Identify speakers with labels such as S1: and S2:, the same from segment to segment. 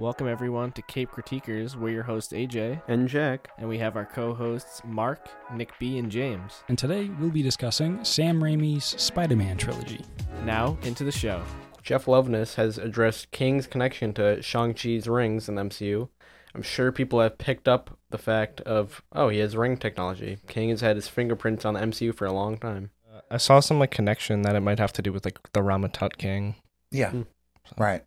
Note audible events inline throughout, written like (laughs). S1: Welcome, everyone, to Cape Critiquers. We're your host, AJ,
S2: And Jack.
S1: and we have our co hosts, Mark, Nick B, and James.
S3: And today we'll be discussing Sam Raimi's Spider Man trilogy.
S1: Now, into the show.
S2: Jeff Loveness has addressed King's connection to Shang-Chi's rings in the MCU. I'm sure people have picked up the fact of, oh, he has ring technology. King has had his fingerprints on the MCU for a long time.
S4: I saw some like connection that it might have to do with like the Ramatut King.
S5: Yeah.
S2: Hmm.
S5: Right.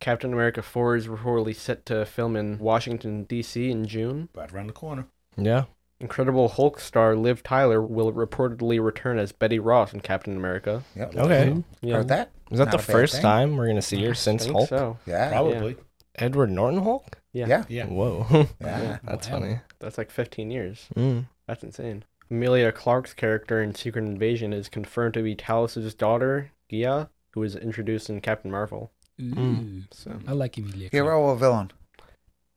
S2: Captain America 4 is reportedly set to film in Washington, D.C. in June.
S5: Right around the corner.
S4: Yeah.
S2: Incredible Hulk star Liv Tyler will reportedly return as Betty Ross in Captain America.
S5: Yep.
S4: Okay.
S2: Yeah,
S5: Heard that?
S4: Is that
S5: Not
S4: the
S5: a bad
S4: first
S5: thing.
S4: time we're gonna see her
S2: I
S4: since
S2: think
S4: Hulk?
S2: so.
S5: Yeah.
S2: Probably.
S4: Edward Norton Hulk?
S2: Yeah.
S5: Yeah. Yeah.
S4: Whoa. (laughs)
S5: Yeah.
S4: That's
S3: Wow.
S4: funny.
S2: That's like 15 years.
S4: Mm.
S2: That's insane. Amelia Clark's character in Secret Invasion is confirmed to be Talos' daughter, Gia, who was introduced in Captain Marvel.
S3: Ooh.
S2: So
S4: Hmm.
S2: I
S3: I like Emilia. Clarke.
S5: Hero or villain?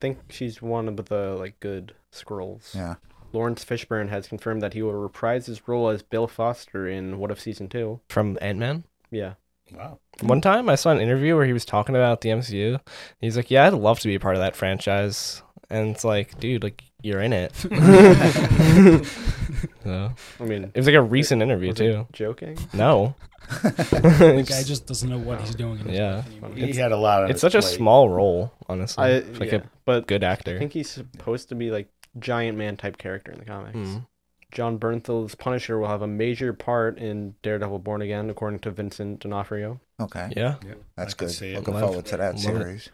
S2: think she's one of the like good scrolls.
S5: Yeah.
S2: Lawrence Fishburne has confirmed that he will reprise his role as Bill Foster in What If Season 2.
S4: From Ant Man.
S2: Yeah.
S5: Wow.
S2: Hmm.
S4: One time I saw an interview where he was talking about the MCU. He's like, Yeah, I'd love to be a part of that franchise. And it's like, dude, like you're
S2: (laughs)
S4: in it. so,
S2: I mean,
S4: it was like a recent interview
S2: was it (laughs)
S4: too.
S2: joking?
S4: (laughs) No.
S3: (laughs) The guy just doesn't know what he's doing. In his
S4: Yeah.
S3: life anymore.
S6: He
S4: It's-
S6: had a lot of.
S4: (laughs) it's such a small role, honestly.
S2: I,
S4: It's like
S2: yeah,
S4: a
S2: but
S4: good
S2: I
S4: actor.
S2: think he's supposed to be like giant man type character in the comics.
S4: Mm.
S2: John Bernthal's Punisher will have a major part in Daredevil Born Again, according to Vincent D'Onofrio.
S5: Okay.
S4: Yeah.
S5: That's
S6: I could
S5: good.
S6: see it.
S5: Looking
S4: Love-
S5: forward to
S4: love
S5: that
S4: it.
S5: series.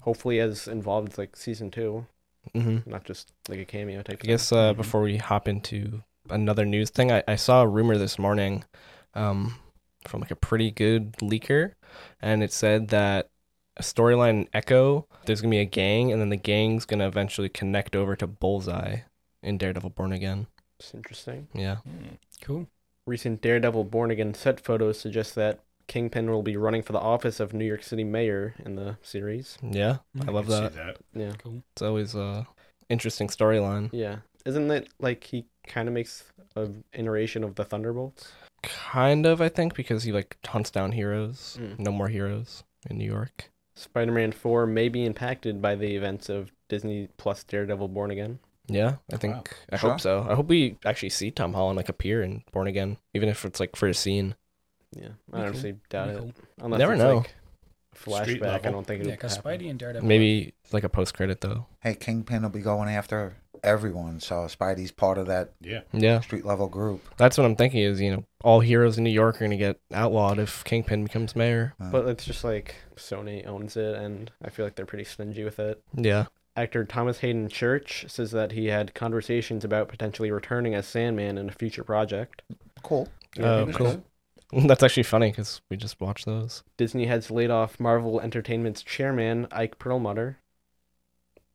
S2: Hopefully, as involved as, like season two,
S4: Mm-hmm.
S2: not just like a cameo type.
S4: I
S2: thing. Mm-hmm.
S4: guess uh, before we hop into another news thing, I, I saw a rumor this morning um, from like a pretty good leaker, and it said that a storyline in Echo, there's gonna be a gang, and then the gang's gonna eventually connect over to Bullseye in Daredevil Born Again.
S2: it's interesting.
S4: Yeah,
S3: Cool.
S2: Recent Daredevil Born Again set photos suggest that Kingpin will be running for the office of New York City mayor in the series.
S4: yeah, I love that.
S2: Yeah,
S3: Cool.
S4: It's always a interesting storyline.
S2: yeah. Isn't that like he kind of makes a iteration of the Thunderbolts?
S4: Kind of, I think, because he like hunts down heroes.
S2: Mm.
S4: No more heroes in New York.
S2: Spider-Man Four may be impacted by the events of Disney Plus Daredevil Born Again.
S4: Yeah, I think
S6: Wow.
S4: I
S5: Sure.
S4: hope so. I hope we actually see Tom Holland like appear in Born Again, even if it's like for a scene.
S2: Yeah, I
S3: Okay.
S2: honestly doubt
S3: Pretty
S2: it.
S3: cool.
S2: Unless
S4: Never
S2: it's
S4: know.
S2: like a
S6: Street
S2: flashback, I
S6: level.
S2: don't think
S3: Yeah,
S2: it'll
S3: because
S2: happen.
S3: Spidey and Daredevil.
S4: Maybe like a post credit though.
S5: Hey, Kingpin will be going after everyone, so Spidey's part of that
S6: Yeah.
S4: Yeah,
S5: street level group.
S4: that's what I'm thinking. Is you know all heroes in New York are gonna get outlawed if Kingpin becomes mayor.
S5: Uh,
S2: But it's just like Sony owns it, and I feel like they're pretty stingy with it.
S4: Yeah, (laughs)
S2: Actor Thomas Hayden Church says that he had conversations about potentially returning as Sandman in a future project.
S5: cool.
S4: Oh,
S6: Interesting.
S4: cool. that's actually funny because we just watched those.
S2: Disney has laid off Marvel Entertainment's chairman Ike Perlmutter.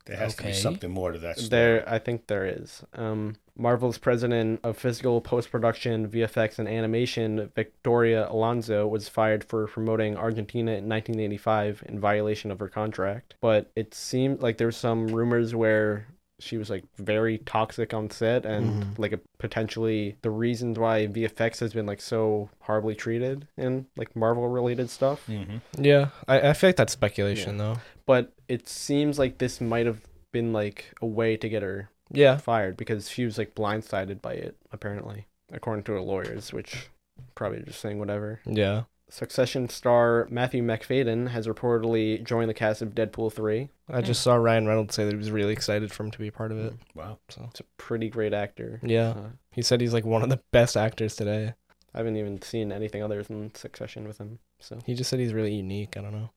S6: There has to
S3: Okay.
S6: be something more to that. Story.
S2: There, I think there is. Um, Marvel's president of physical post production, VFX, and animation, Victoria Alonso, was fired for promoting Argentina in 1985 in violation of her contract. But it seemed like there were some rumors where she was like very toxic on set and
S4: Mhm.
S2: like a, potentially the reasons why VFX has been like so horribly treated in like Marvel related stuff.
S6: Mhm.
S4: Yeah, I, I feel like that's speculation though.
S2: But it seems like this might have been like a way to get her
S4: Yeah,
S2: fired because she was like blindsided by it, apparently, according to her lawyers, which probably just saying whatever.
S4: yeah.
S2: Succession star Matthew McFadden has reportedly joined the cast of Deadpool 3.
S4: I just saw Ryan Reynolds say that he was really excited for him to be a part of it.
S6: Wow.
S4: So
S2: It's a pretty great actor.
S4: yeah,
S2: Uh,
S4: he said he's like one of the best actors today.
S2: I haven't even seen anything other than Succession with him. So
S4: He just said he's really unique. I don't know.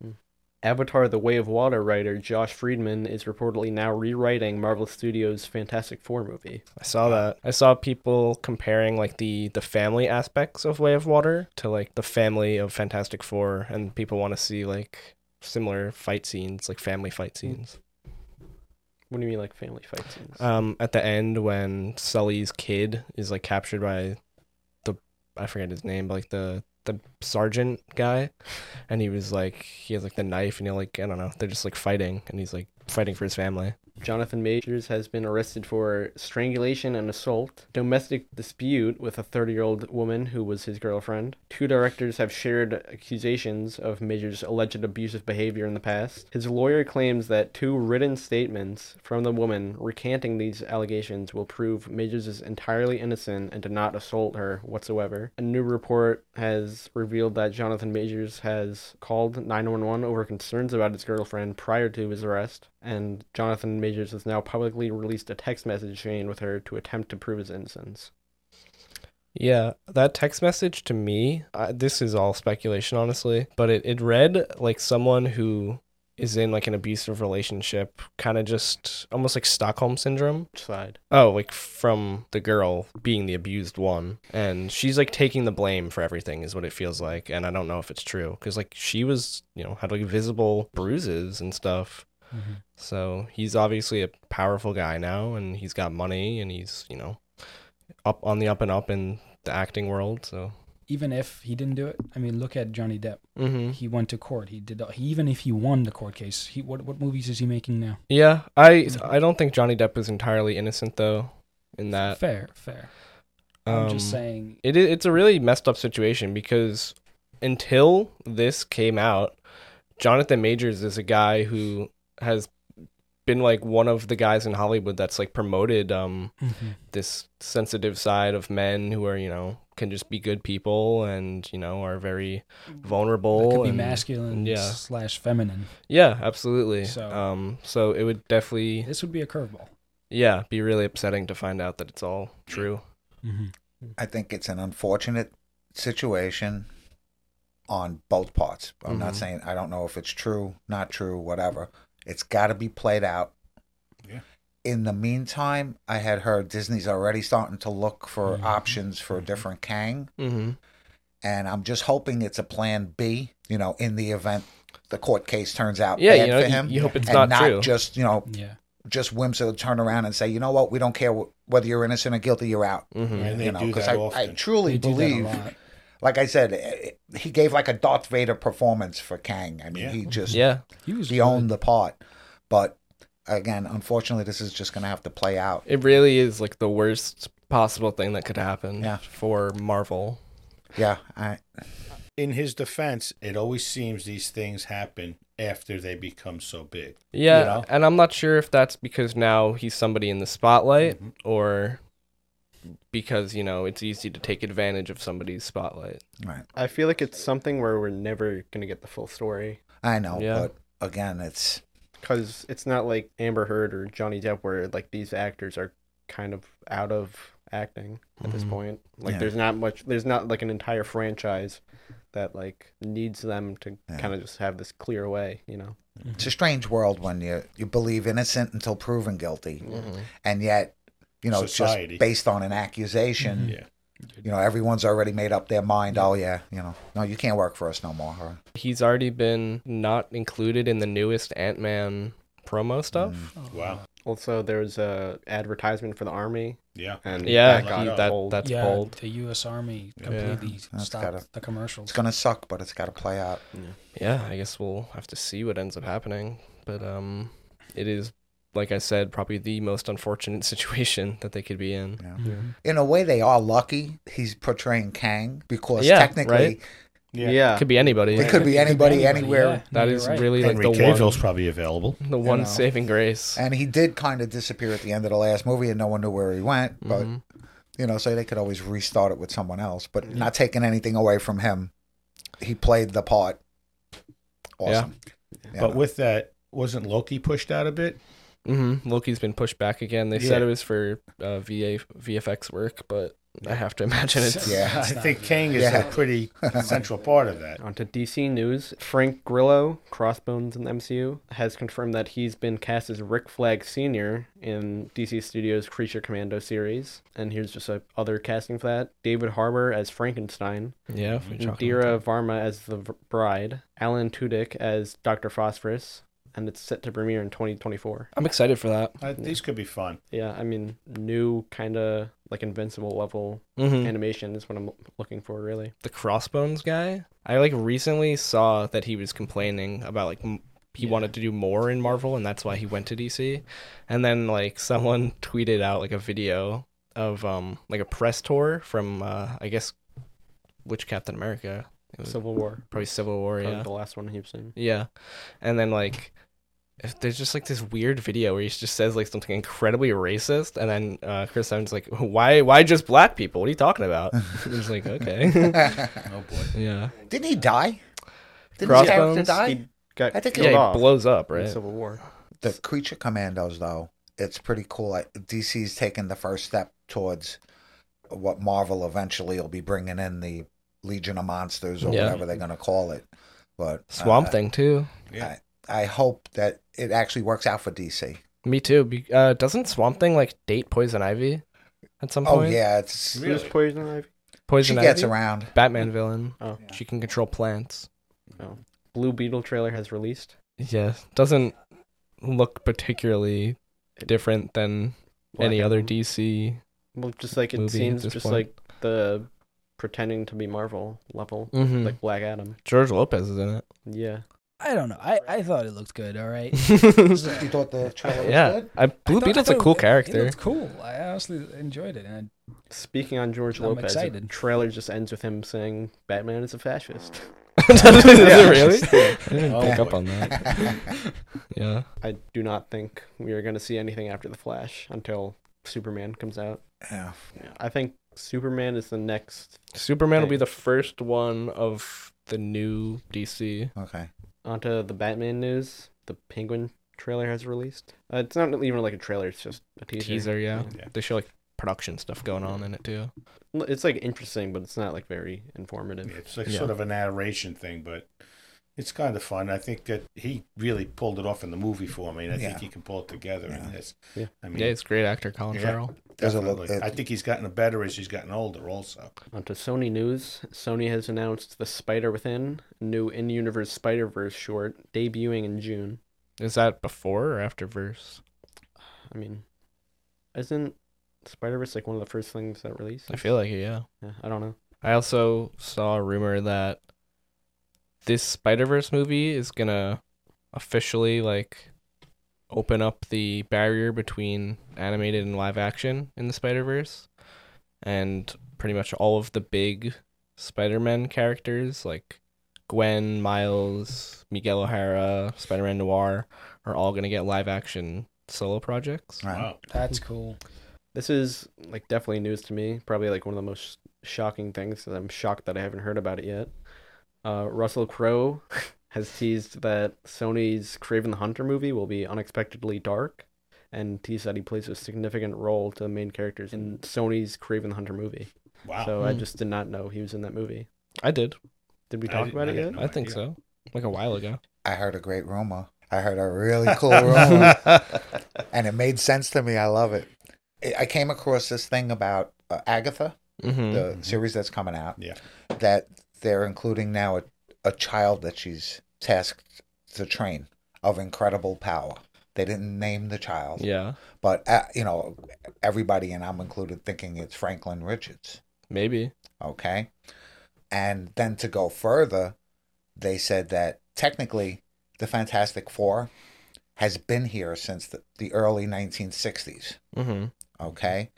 S2: Avatar The Way of Water writer Josh Friedman is reportedly now rewriting Marvel Studios' Fantastic Four movie.
S4: I saw that. I saw people comparing like the the family aspects of Way of Water to like the family of Fantastic Four, and people want to see like similar fight scenes, like family fight scenes.
S2: What do you mean like family fight scenes?
S4: Um, at the end when Sully's kid is like captured by the I forget his name, but like the the sergeant guy, and he was like he has like the knife, and he like I don't know, they're just like fighting, and he's like fighting for his family.
S2: Jonathan Majors has been arrested for strangulation and assault, domestic dispute with a 30 year old woman who was his girlfriend. Two directors have shared accusations of Majors' alleged abusive behavior in the past. His lawyer claims that two written statements from the woman recanting these allegations will prove Majors is entirely innocent and did not assault her whatsoever. A new report has revealed that Jonathan Majors has called 911 over concerns about his girlfriend prior to his arrest, and Jonathan Majors has now publicly released a text message chain with her to attempt to prove his innocence.
S4: Yeah, that text message to me, I, this is all speculation, honestly, but it, it read like someone who is in like an abusive relationship, kind of just almost like Stockholm syndrome.
S2: Side.
S4: Oh, like from the girl being the abused one. And she's like taking the blame for everything, is what it feels like. And I don't know if it's true because like she was, you know, had like visible bruises and stuff. So he's obviously a powerful guy now, and he's got money, and he's you know up on the up and up in the acting world. So
S3: Even if he didn't do it, I mean, look at Johnny Depp.
S4: mm-hmm.
S3: He went to court. He did. He, even if he won the court case, he what what movies is he making now?
S4: yeah, I I don't think Johnny Depp is entirely innocent though in that. um,
S3: fair, fair. I'm just saying.
S4: it i- it's a really messed up situation because until this came out, Jonathan Majors is a guy who has been like one of the guys in Hollywood that's like promoted um
S3: Mhm.
S4: this sensitive side of men who are you know can just be good people and you know are very vulnerable
S3: It could be
S4: and-
S3: masculine
S4: yeah.
S3: slash feminine.
S4: yeah absolutely
S3: So-
S4: um so it would definitely
S3: This would be a curveball.
S4: yeah be really upsetting to find out that it's all true
S3: Mm-hmm.
S5: I think it's an unfortunate situation on both parts. I'm not
S4: Mhm.
S5: saying I don't know if it's true, not true, whatever. It's got to be played out.
S6: Yeah.
S5: In the meantime, I had heard Disney's already starting to look for
S3: Mhm.
S5: options for a different Kang,
S4: mm-hmm.
S5: and I'm just hoping it's a plan B, you know, in the event the court case turns out
S4: yeah
S5: bad
S4: you know
S5: for
S4: you,
S5: him.
S4: you hope it's
S5: and
S4: not,
S5: not,
S4: true
S5: just, you know,
S3: Yeah.
S5: just whimsical turn around and say, you know what, we don't care wh- whether you're innocent or guilty, you're out.
S4: Mhm.
S6: And they
S5: you know,
S6: do
S5: because
S6: that
S5: I, I
S6: often.
S5: truly
S3: They do that a
S5: believe
S3: lot.
S5: like I said, eh, eh, he gave like a Darth Vader performance for Kang. I mean,
S6: Yeah.
S5: he just
S4: yeah
S3: He was
S5: he
S3: good.
S5: owned the part. But again, unfortunately, this is just going to have to play out.
S4: it really is like the worst possible thing that could happen
S5: Yeah.
S4: for marvel
S5: Yeah, I,
S6: In his defense, it always seems these things happen after they become so big.
S4: yeah
S6: You know?
S4: and i'm not sure if that's because now he's somebody in the spotlight
S6: Mhm.
S4: or because you know it's easy to take advantage of somebody's spotlight
S5: right,
S2: I feel like it's something where we're never going to get the full story.
S5: I know.
S4: Yeah.
S5: But again, it's
S2: because it's not like Amber Heard or Johnny Depp where like these actors are kind of out of acting at this
S4: Mhm.
S2: point. Like
S5: Mm-hmm. Yeah.
S2: there's not much. There's not like an entire franchise that like needs them to
S5: Yeah.
S2: kind of just have this clear way. You know.
S3: Mm-hmm.
S5: it's a strange world when you you believe innocent until proven guilty, and yet you know
S6: Mm-hmm. Society.
S5: just based on an accusation.
S6: Yeah.
S4: Mm-hmm.
S5: You know, everyone's already made up their mind. Oh yeah, you know, no, you can't work for us no more. Or,
S4: he's already been not included in the newest ant-man promo
S5: Mm.
S4: stuff
S3: Oh.
S6: Wow.
S2: Also, there was a advertisement for the army
S6: Yeah.
S2: and
S4: yeah
S6: That got
S4: he-
S6: old.
S4: that,
S2: pulled.
S4: that's
S3: yeah,
S4: bold
S3: The U.S. Army completely stopped
S5: gotta-
S3: the commercials.
S5: it's going to suck, but it's got to play out.
S4: yeah i guess we'll have to see what ends up happening but um it is like i said probably the most unfortunate (laughs) situation that they could be in
S5: You know?
S3: Mhm.
S5: in a way they are lucky he's portraying Kang because
S4: Yeah,
S5: technically
S4: right?
S2: Yeah.
S4: could be anybody
S5: it could be
S3: It
S5: anybody,
S3: anybody,
S5: anywhere.
S3: yeah.
S4: that
S3: You're
S4: is
S3: right. (laughs)
S4: really like
S6: Henry
S4: the
S6: Cavill's
S4: one
S6: probably available.
S4: the one
S5: know.
S4: saving grace
S5: And he did kind of disappear at the end of the last movie, and no one knew where he went. But
S4: Mhm.
S5: you know, so they could always restart it with someone else. But not taking anything away from him, he played the part. Awesome. Yeah.
S6: But with that, wasn't Loki pushed out a bit?
S5: (laughs)
S4: Mm-hmm. Loki's been pushed back again. They said
S6: Yeah.
S4: it was for uh, VA VFX work, but I have to (laughs) imagine it's
S5: Yeah.
S6: I
S3: It's not
S6: think
S3: good.
S6: Kang is
S5: Yeah.
S6: a pretty
S4: (laughs)
S6: central part of that.
S2: Onto DC news. Frank Grillo, Crossbones in the MCU, has confirmed that he's been cast as Rick Flag Sr. in DC Studios' Creature Commando series. And here's just a other casting for that David Harbour as Frankenstein,
S4: yeah. if we talk about
S2: Indira Varma as the v- bride, Alan Tudyk as Dr. Phosphorus, and it's set to premiere in 2024.
S4: that. I'm excited for that.
S6: Uh, these could be fun.
S2: Yeah, I mean, new kind of like invincible level
S4: Mhm.
S2: animation is what I'm looking for, really.
S4: the Crossbones guy, I like recently saw that he was complaining about like m- he wanted to do more in Marvel, and that's why he went to DC. And then like someone (laughs) tweeted out like a video of um like a press tour from uh I guess which Captain America? It was
S2: Civil War.
S4: probably Civil War.
S2: Probably
S4: Yeah,
S2: The last one he was in.
S4: yeah. And then like if there's just like this weird video where he just says like something incredibly racist, and then uh, Chris Evans is like, why why just black people? What are you talking
S5: (laughs)
S4: about? And it's like okay, (laughs)
S6: Oh boy.
S4: yeah.
S5: Didn't he die? Didn't his character
S4: Crossbones,
S5: die?
S2: He got
S5: I think he
S2: killed
S4: Yeah,
S2: off
S4: he blows up,
S2: in
S4: right?
S2: Civil War.
S5: The Creature Commandos, though, it's pretty cool. Like, DC's taken the first step towards what Marvel eventually will be bringing in the Legion of Monsters or
S4: Yeah.
S5: whatever they're going to call it. But uh,
S4: Swamp Thing too.
S6: Yeah.
S5: I hope that it actually works out for DC.
S4: Me too. Be- Uh, doesn't Swamp Thing like date Poison Ivy at some
S5: Oh
S4: point?
S5: yeah, it's
S6: Really?
S2: Who's poison ivy?
S5: she
S4: Poison
S5: gets
S4: Ivy. (laughs)
S5: around.
S4: Batman villain.
S2: Oh.
S4: She can control plants.
S2: Blue Beetle trailer has released.
S4: Yeah, doesn't look particularly different than
S2: Black
S4: any
S2: and
S4: other
S2: white.
S4: DC.
S2: Well, just like it
S4: movie at
S2: seems
S4: this
S2: just
S4: point.
S2: like the pretending to be Marvel level,
S4: Mm-hmm.
S2: like Black Adam.
S4: George Lopez is in it.
S2: Yeah.
S3: I don't know. I, I thought it looked good. All right.
S4: (laughs)
S5: You thought the trailer was
S4: yeah,
S5: good?
S4: I, Blue
S3: I thought-
S4: Beetle's
S3: I
S4: a
S3: thought
S4: cool
S3: it- It
S4: character. (laughs)
S3: looked cool. I honestly enjoyed it. And
S2: Speaking on George
S3: I'm
S2: Lopez, the
S3: excited.
S2: trailer just ends with him saying Batman is a fascist. (laughs)
S4: (laughs) Does it
S2: Yeah.
S5: (laughs)
S4: really? I didn't
S6: Oh,
S4: pick
S6: boy.
S4: up on that.
S5: Oh,
S4: Yeah,
S2: I do not think we are going to see anything after the Flash until Superman comes out.
S5: yeah.
S2: I think Superman is the next
S4: Superman will be
S2: Thanks.
S4: the first one of the new DC.
S5: Okay.
S2: onto the Batman news. The Penguin trailer has released. Uh, it's not even like a trailer; it's just a teaser.
S4: Teaser, yeah.
S6: Yeah.
S4: They show like production stuff going on in it too.
S2: L- It's like interesting, but it's not like very informative.
S6: It's like
S4: Yeah.
S6: sort of a narration thing, but it's kind of fun. I think that he really pulled it off in the movie for me, and I
S5: Yeah.
S6: think he can pull it together
S5: Yeah.
S6: in this.
S2: Yeah.
S6: I mean,
S4: yeah, it's great actor Colin
S6: Yeah.
S4: Farrell.
S5: Does it
S6: definitely.
S5: look- it-
S6: I think he's gotten better as he's gotten older, also.
S2: Onto Sony news. Sony has announced the Spider Within, a new in-universe Spider Verse short, debuting in June.
S4: Is that before or after Verse?
S2: I mean, isn't Spider Verse like one of the first things that released?
S4: I feel like it, yeah.
S2: Yeah, I don't know.
S4: I also saw a rumor that this Spider Verse movie is gonna officially like open up the barrier between animated and live action in the Spider Verse, and pretty much all of the big Spider Man characters like Gwen, Miles, Miguel O'Hara, Spider Man Noir are all gonna get live action solo projects.
S5: Right.
S6: Wow.
S3: that's cool.
S2: This is like definitely news to me. Probably like one of the most shocking things. 'cause I'm shocked that I haven't heard about it yet. Uh, Russell Crowe (laughs) has teased that Sony's Craven the Hunter movie will be unexpectedly dark, and teased that he plays a significant role to the main characters in Sony's Craven the Hunter movie.
S5: (laughs)
S6: Wow.
S2: So I
S4: Hmm.
S2: just did not know he was in that movie.
S4: I did.
S2: Did we
S6: I
S2: talk
S6: didn't-
S2: about
S6: I
S2: it yet?
S6: didn't No know.
S4: I think
S6: idea.
S4: so. Like a while ago.
S5: I heard a great rumor. I heard a
S4: (laughs)
S5: really cool rumor, and it made sense to me. I love it. I- I came across this thing about uh, Agatha,
S4: Mm-hmm.
S5: the series that's coming out.
S6: Yeah.
S5: That they're including now a, a child that she's tasked to train of incredible power. They didn't name the child,
S4: yeah.
S5: but uh, you know, everybody and I'm included thinking it's Franklin Richards.
S4: Maybe.
S5: Okay. And then to go further, they said that technically the Fantastic Four has been here since the, the early 1960s.
S4: Mm-hmm.
S5: Okay.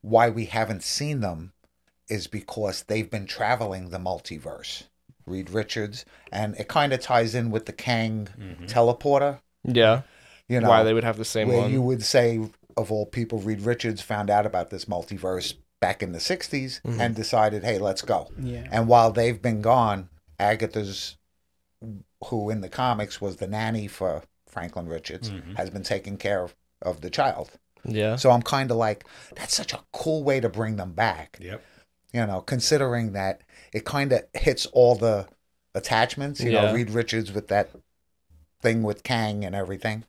S5: Why we haven't seen them is because they've been traveling the multiverse. Reed Richards, and it kind of ties in with the Kang
S6: Mhm.
S5: teleporter.
S4: Yeah.
S5: You
S4: Mm-hmm.
S5: know,
S4: why they would have the same
S5: where
S4: one.
S5: you would say, of all people, Reed Richards found out about this multiverse back in the 60s
S4: Mhm.
S5: and decided, hey, let's go.
S3: Yeah.
S5: And while they've been gone, Agatha's, who in the comics was the nanny for Franklin Richards,
S4: Mm-hmm.
S6: Mhm.
S5: has been taking care of, of the child.
S4: yeah.
S5: So I'm kind of like, that's such a cool way to bring them back,
S6: Yep.
S5: you know, considering that it kind of hits all the attachments, you
S4: Yeah.
S5: know, Reed Richards with that thing with Kang and everything.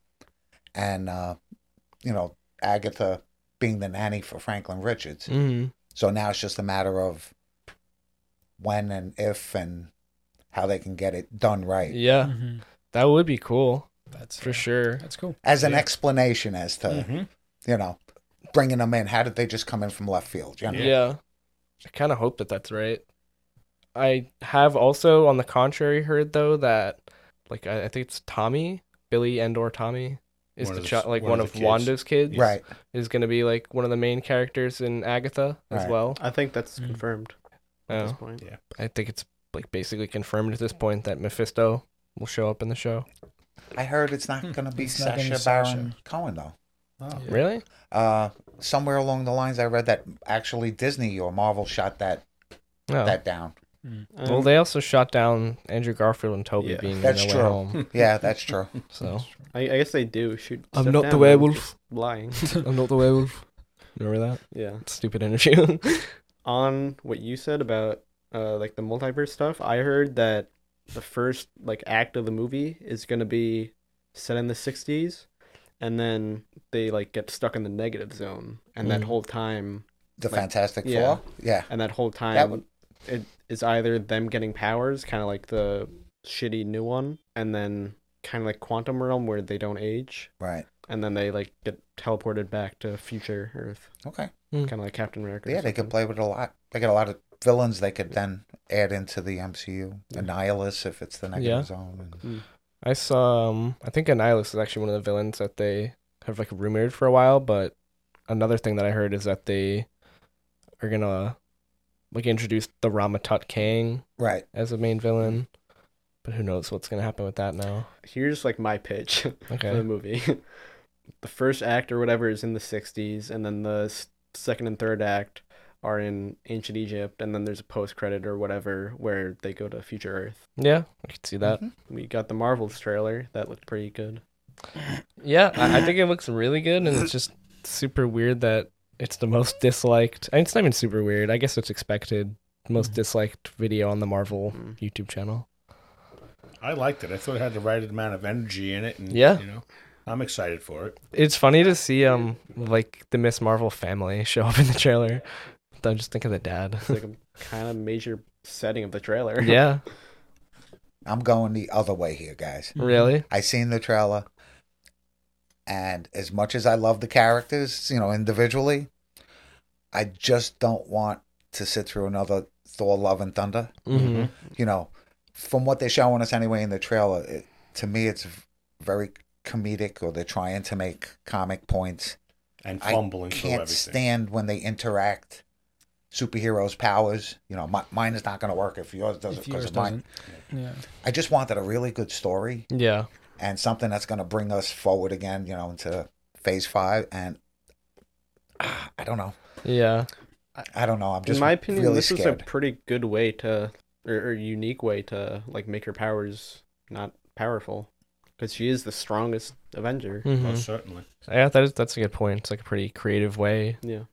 S5: And, uh, you know, Agatha being the nanny for Franklin Richards.
S4: hmm
S5: So now it's just a matter of when and if and how they can get it done right.
S4: Yeah.
S3: Mhm.
S4: That would be cool
S3: That's
S4: for
S3: uh,
S4: sure.
S3: That's cool.
S5: As an
S6: Yeah.
S5: explanation as to,
S6: Mhm.
S4: Mm-hmm.
S5: you know, bringing them in. How did they just come in from left field? You know?
S4: Yeah. I kind of hope that that's right. I have also, on the contrary, heard though that like I, I think it's Tommy, Billy and or Tommy is
S6: One
S4: the
S6: of the
S4: child,
S6: s-
S4: like one, of,
S6: the kids.
S4: Wanda's kids
S6: Yes.
S5: Right.
S4: is going to be like one of the main characters in Agatha as
S5: Right.
S4: well.
S2: I think that's
S3: Mm.
S2: confirmed at this
S4: Uh,
S2: point.
S4: I think it's like basically confirmed at this point that Mephisto will show up in the show.
S5: I heard it's not
S3: Hmm.
S5: going to be
S3: It's not gonna
S5: Sasha
S3: be
S5: Baron Cohen though.
S6: Oh.
S3: Yeah.
S4: Really?
S5: Uh, somewhere along the lines, I read that actually Disney or Marvel shot that
S3: Oh.
S4: No.
S5: that down.
S3: Mm.
S4: well,
S2: Um,
S4: they also shot down Andrew Garfield and Toby
S2: Yeah.
S4: being
S5: That's
S4: in the
S5: true.
S4: way home.
S5: Yeah, that's true.
S3: (laughs)
S4: So
S2: I, I guess they do shoot.
S4: I'm
S2: stuff
S4: not
S2: down,
S4: the
S2: I'm
S4: werewolf.
S2: just
S4: (laughs)
S2: Lying.
S4: I'm not the werewolf. Remember that
S2: Yeah.
S4: stupid interview? (laughs)
S2: On what you said about uh like the multiverse stuff, I heard that the first like act of the movie is gonna be set in the '60s, and then they like get stuck in the negative zone, and that
S4: Mm.
S2: whole time,
S5: The
S2: Like,
S5: Fantastic
S2: yeah.
S5: Four. Yeah.
S2: and that whole time,
S5: That would,
S2: it is either them getting powers, kind of like the shitty new one, and then kind of like quantum realm where they don't age,
S5: right.
S2: and then they like get teleported back to future Earth,
S5: Okay.
S2: kind of like Captain America. or
S5: Hmm. Yeah, they could
S2: something.
S5: play with a lot. They got a lot of villains they could then add into the MCU. Annihilus, if it's the negative
S4: Yeah.
S5: zone. and-
S4: I saw. Um, I think Annihilus is actually one of the villains that they have like rumored for a while. But another thing that I heard is that they are gonna like introduce the Ramatut Kang
S5: Right.
S4: as a main villain. But who knows what's gonna happen with that now?
S2: Here's like my pitch for the
S4: Okay.
S2: movie. (laughs) the first act or whatever is in the '60s, and then the s- second and third act are in ancient Egypt, and then there's a post credit or whatever where they go to future Earth.
S4: Yeah, I could see that.
S5: Mhm.
S2: We got the Marvels trailer that looked pretty good.
S4: Yeah, I, I think it looks really good, and it's just super weird that it's the most disliked. I mean, it's not even super weird. I guess it's expected. Most
S3: Mhm.
S4: disliked video on the Marvel
S2: Mm.
S4: YouTube channel.
S6: I liked it. I thought it had the right amount of energy in it. And,
S4: Yeah.
S6: You know, I'm excited for it.
S4: It's funny to see um like the Miss Marvel family (laughs) show up in the trailer. I just think of the dad. (laughs)
S2: It's like
S5: (laughs)
S2: a kind of major setting of the trailer. (laughs)
S4: yeah,
S5: I'm going the other way here, guys.
S4: really.
S5: I seen the trailer, and as much as I love the characters, you know, individually, I just don't want to sit through another Thor: Love and Thunder.
S2: Mm-hmm.
S4: hmm
S5: You know, from what they're showing us anyway in the trailer, it, to me, it's v- very comedic, or they're trying to make comic points.
S6: And
S5: I
S6: fumbling through
S5: Can't
S6: everything.
S5: stand when they interact. Superheroes' powers, you know, mi- mine is not going to work if yours doesn't
S3: if
S5: because
S3: yours
S5: of mine.
S3: doesn't, yeah,
S5: I just wanted a really good story
S4: Yeah,
S5: and something that's going to bring us forward again, you know, into phase five. And ah, I don't know.
S4: yeah.
S5: I don't know. I'm just
S2: in my opinion,
S5: really
S2: this is a
S5: scared.
S2: pretty good way to, or, or unique way to, like make her powers not powerful, because she is the strongest Avenger.
S4: Mhm.
S6: Most Oh, certainly.
S4: Yeah, that is that's a good point. It's like a pretty creative way
S5: Hmm.
S2: Yeah,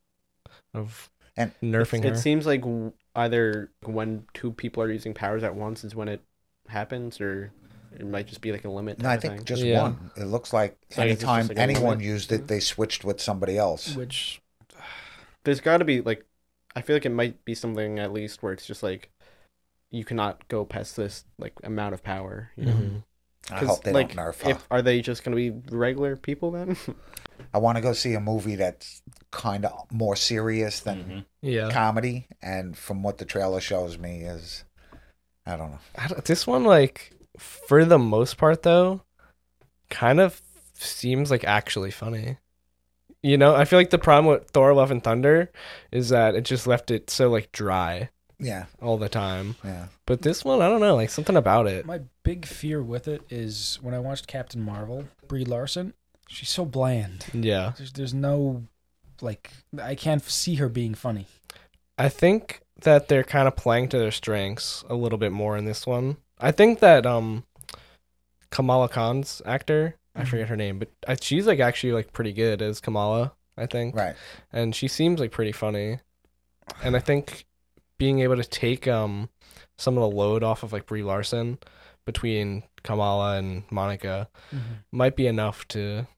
S4: of
S5: And
S4: nerfing
S2: it
S4: her.
S2: seems like w- either when two people are using powers at once is when it happens, or it might just be like a limit.
S5: No,
S2: type
S5: I
S2: of
S5: think
S2: thing.
S5: just
S4: Yeah.
S5: one. It looks like
S2: So I guess it's
S5: anytime
S2: just like a
S5: anyone
S2: limit.
S5: used it, they switched with somebody else.
S3: which
S2: there's got to be like, I feel like it might be something at least where it's just like, you cannot go past this like amount of power. You know?
S4: Mhm.
S5: Mm-hmm. I
S2: 'Cause,
S5: hope they
S2: like,
S5: don't nerf her.
S2: If, are they just gonna be regular people then? (laughs)
S5: I want to go see a movie that's kind of more serious than
S6: Mhm.
S2: Mm-hmm.
S4: Yeah.
S5: comedy. And from what the trailer shows me, is I don't know.
S4: I don't- this one like for the most part though kind of seems like actually funny you know i feel like the problem with thor love and thunder is that it just left it so like dry
S5: Yeah,
S4: all the time
S5: yeah.
S4: but this one i don't know like something about it
S3: my big fear with it is when I watched Captain Marvel, Brie Larson, she's so bland.
S4: yeah
S3: There's there's no like I can't see her being funny.
S4: i think that they're kind of playing to their strengths a little bit more in this one i think that um kamala khan's actor i
S3: Mhm.
S4: forget her name but I, she's like actually like pretty good as kamala i think
S5: Right.
S4: and she seems like pretty funny. And I think being able to take um some of the load off of like Brie Larson between Kamala and Monica might be enough to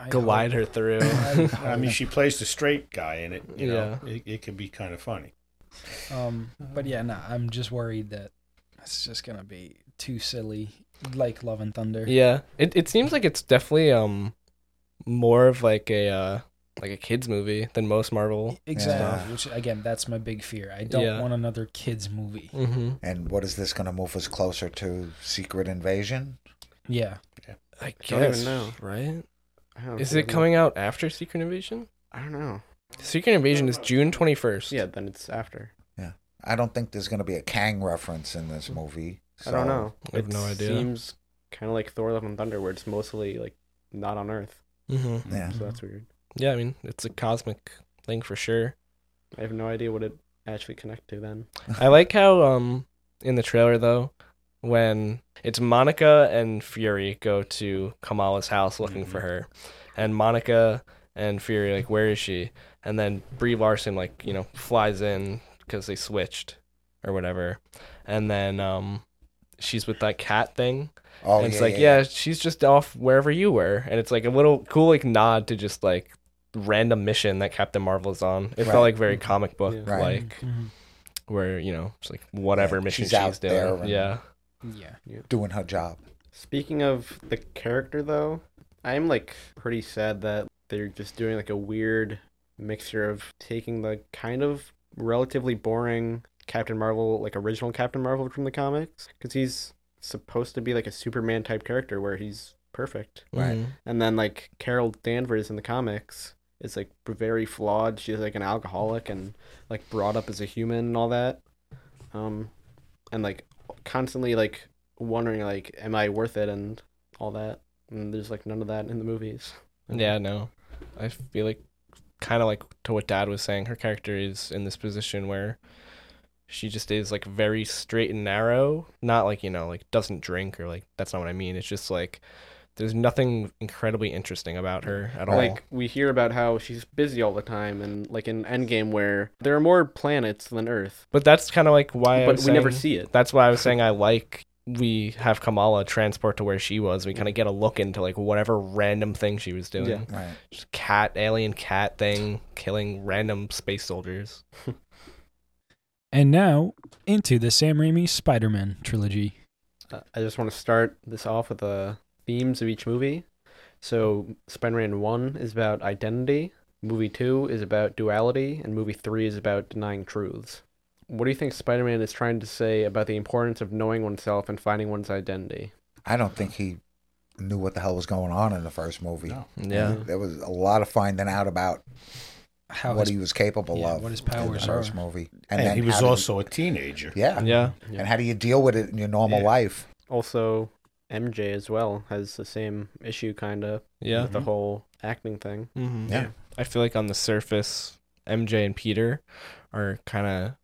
S3: I
S4: glide her
S3: hope- (laughs)
S4: through. (laughs)
S3: I-
S6: I mean, she plays the straight guy in it. You know, it, it can be kind of funny.
S3: Um, but yeah, no, I'm just worried that it's just gonna be too silly, like Love and Thunder.
S4: yeah, it it seems like it's definitely um more of like a uh like a kids movie than most Marvel.
S3: Exactly.
S5: Yeah.
S3: Which again, that's my big fear. I don't
S4: Yeah.
S3: want another kids movie.
S4: Mm-hmm.
S5: And what is this going to move us closer to? Secret Invasion?
S3: Yeah.
S4: I
S2: Don't even
S4: guess,
S2: know.
S4: right?
S2: I don't
S4: Is
S2: know.
S4: it coming out after Secret Invasion?
S2: I don't know.
S4: Secret Invasion is June 21st.
S2: Yeah, then it's after.
S5: I don't think there's going to be a Kang reference in this movie.
S2: I don't
S5: so-
S2: know.
S4: I have no idea.
S2: Seems kind of like Thor: Love and Thunder, where it's mostly like not on Earth,
S4: hmm
S5: Yeah.
S2: so that's weird.
S4: Yeah, I mean, it's a cosmic thing for sure.
S2: I have no idea what it actually connect to then.
S4: I like how um in the trailer though, when it's Monica and Fury go to Kamala's house looking for
S6: Mhm.
S4: her, and Monica and Fury like, where is she? And then Brie Larson like you know flies in because they switched or whatever, and then um she's with that cat thing,
S5: Oh,
S4: and it's like yeah, she's just off wherever you were, and it's like a little cool like nod to just like random mission that Captain Marvel is on. It
S5: Right.
S4: felt like very comic book
S2: Yeah.
S5: Right.
S4: like
S3: Mhm.
S4: where you know it's like whatever
S5: Yeah,
S4: mission
S5: she's
S4: she's,
S5: out
S4: doing.
S5: there and-
S4: yeah,
S3: Yeah.
S5: Doing her job.
S2: Speaking of the character though, I'm like pretty sad that they're just doing like a weird mixture of taking the kind of relatively boring Captain Marvel, like original Captain Marvel from the comics, because he's supposed to be like a Superman type character where he's perfect.
S5: Right.
S4: Mhm.
S2: And then like Carol Danvers in the comics is like very flawed. She's like an alcoholic and like brought up as a human and all that. Um and like constantly like wondering like am I worth it and all that. And there's like none of that in the movies.
S4: Yeah, no, I feel like kind of like to what Dad was saying. Her character is in this position where she just is like very straight and narrow. Not like you know like doesn't drink or like that's not what I mean. It's just like there's nothing incredibly interesting about her at all.
S2: Like we hear about how she's busy all the time and like in Endgame where there are more planets than Earth,
S4: but that's kind of like why. I
S2: but we
S4: was
S2: never
S4: saying-
S2: see it.
S4: That's why I was saying I like we have Kamala transport to where she was. We kind of get a look into like whatever random thing she was doing.
S2: Yeah.
S5: Right.
S4: Just cat alien cat thing killing random space soldiers.
S3: And now into the Sam Raimi Spider Man trilogy.
S2: Uh, I just want to start this off with the themes of each movie. So, Spider Man 1 is about identity, movie 2 is about duality, and movie 3 is about denying truths. What do you think Spider Man is trying to say about the importance of knowing oneself and finding one's identity?
S5: I don't think he knew what the hell was going on in the first movie.
S6: No.
S4: Yeah.
S5: There was a lot of finding out about
S3: How
S5: what
S3: his-
S5: he was capable
S3: yeah,
S5: of
S3: what his
S5: in the
S3: powers
S5: first
S3: are.
S5: movie.
S6: And, he
S5: how
S6: was
S5: do you-
S6: also a teenager.
S5: yeah.
S4: Yeah.
S2: Yeah.
S5: And how do you deal with it in your normal
S6: Yeah.
S5: life?
S2: Also, MJ as well has the same issue, kind of,
S4: Yeah.
S2: with the whole acting thing.
S4: Mm-hmm.
S5: Yeah.
S4: I feel like on the surface, MJ and Peter are kind of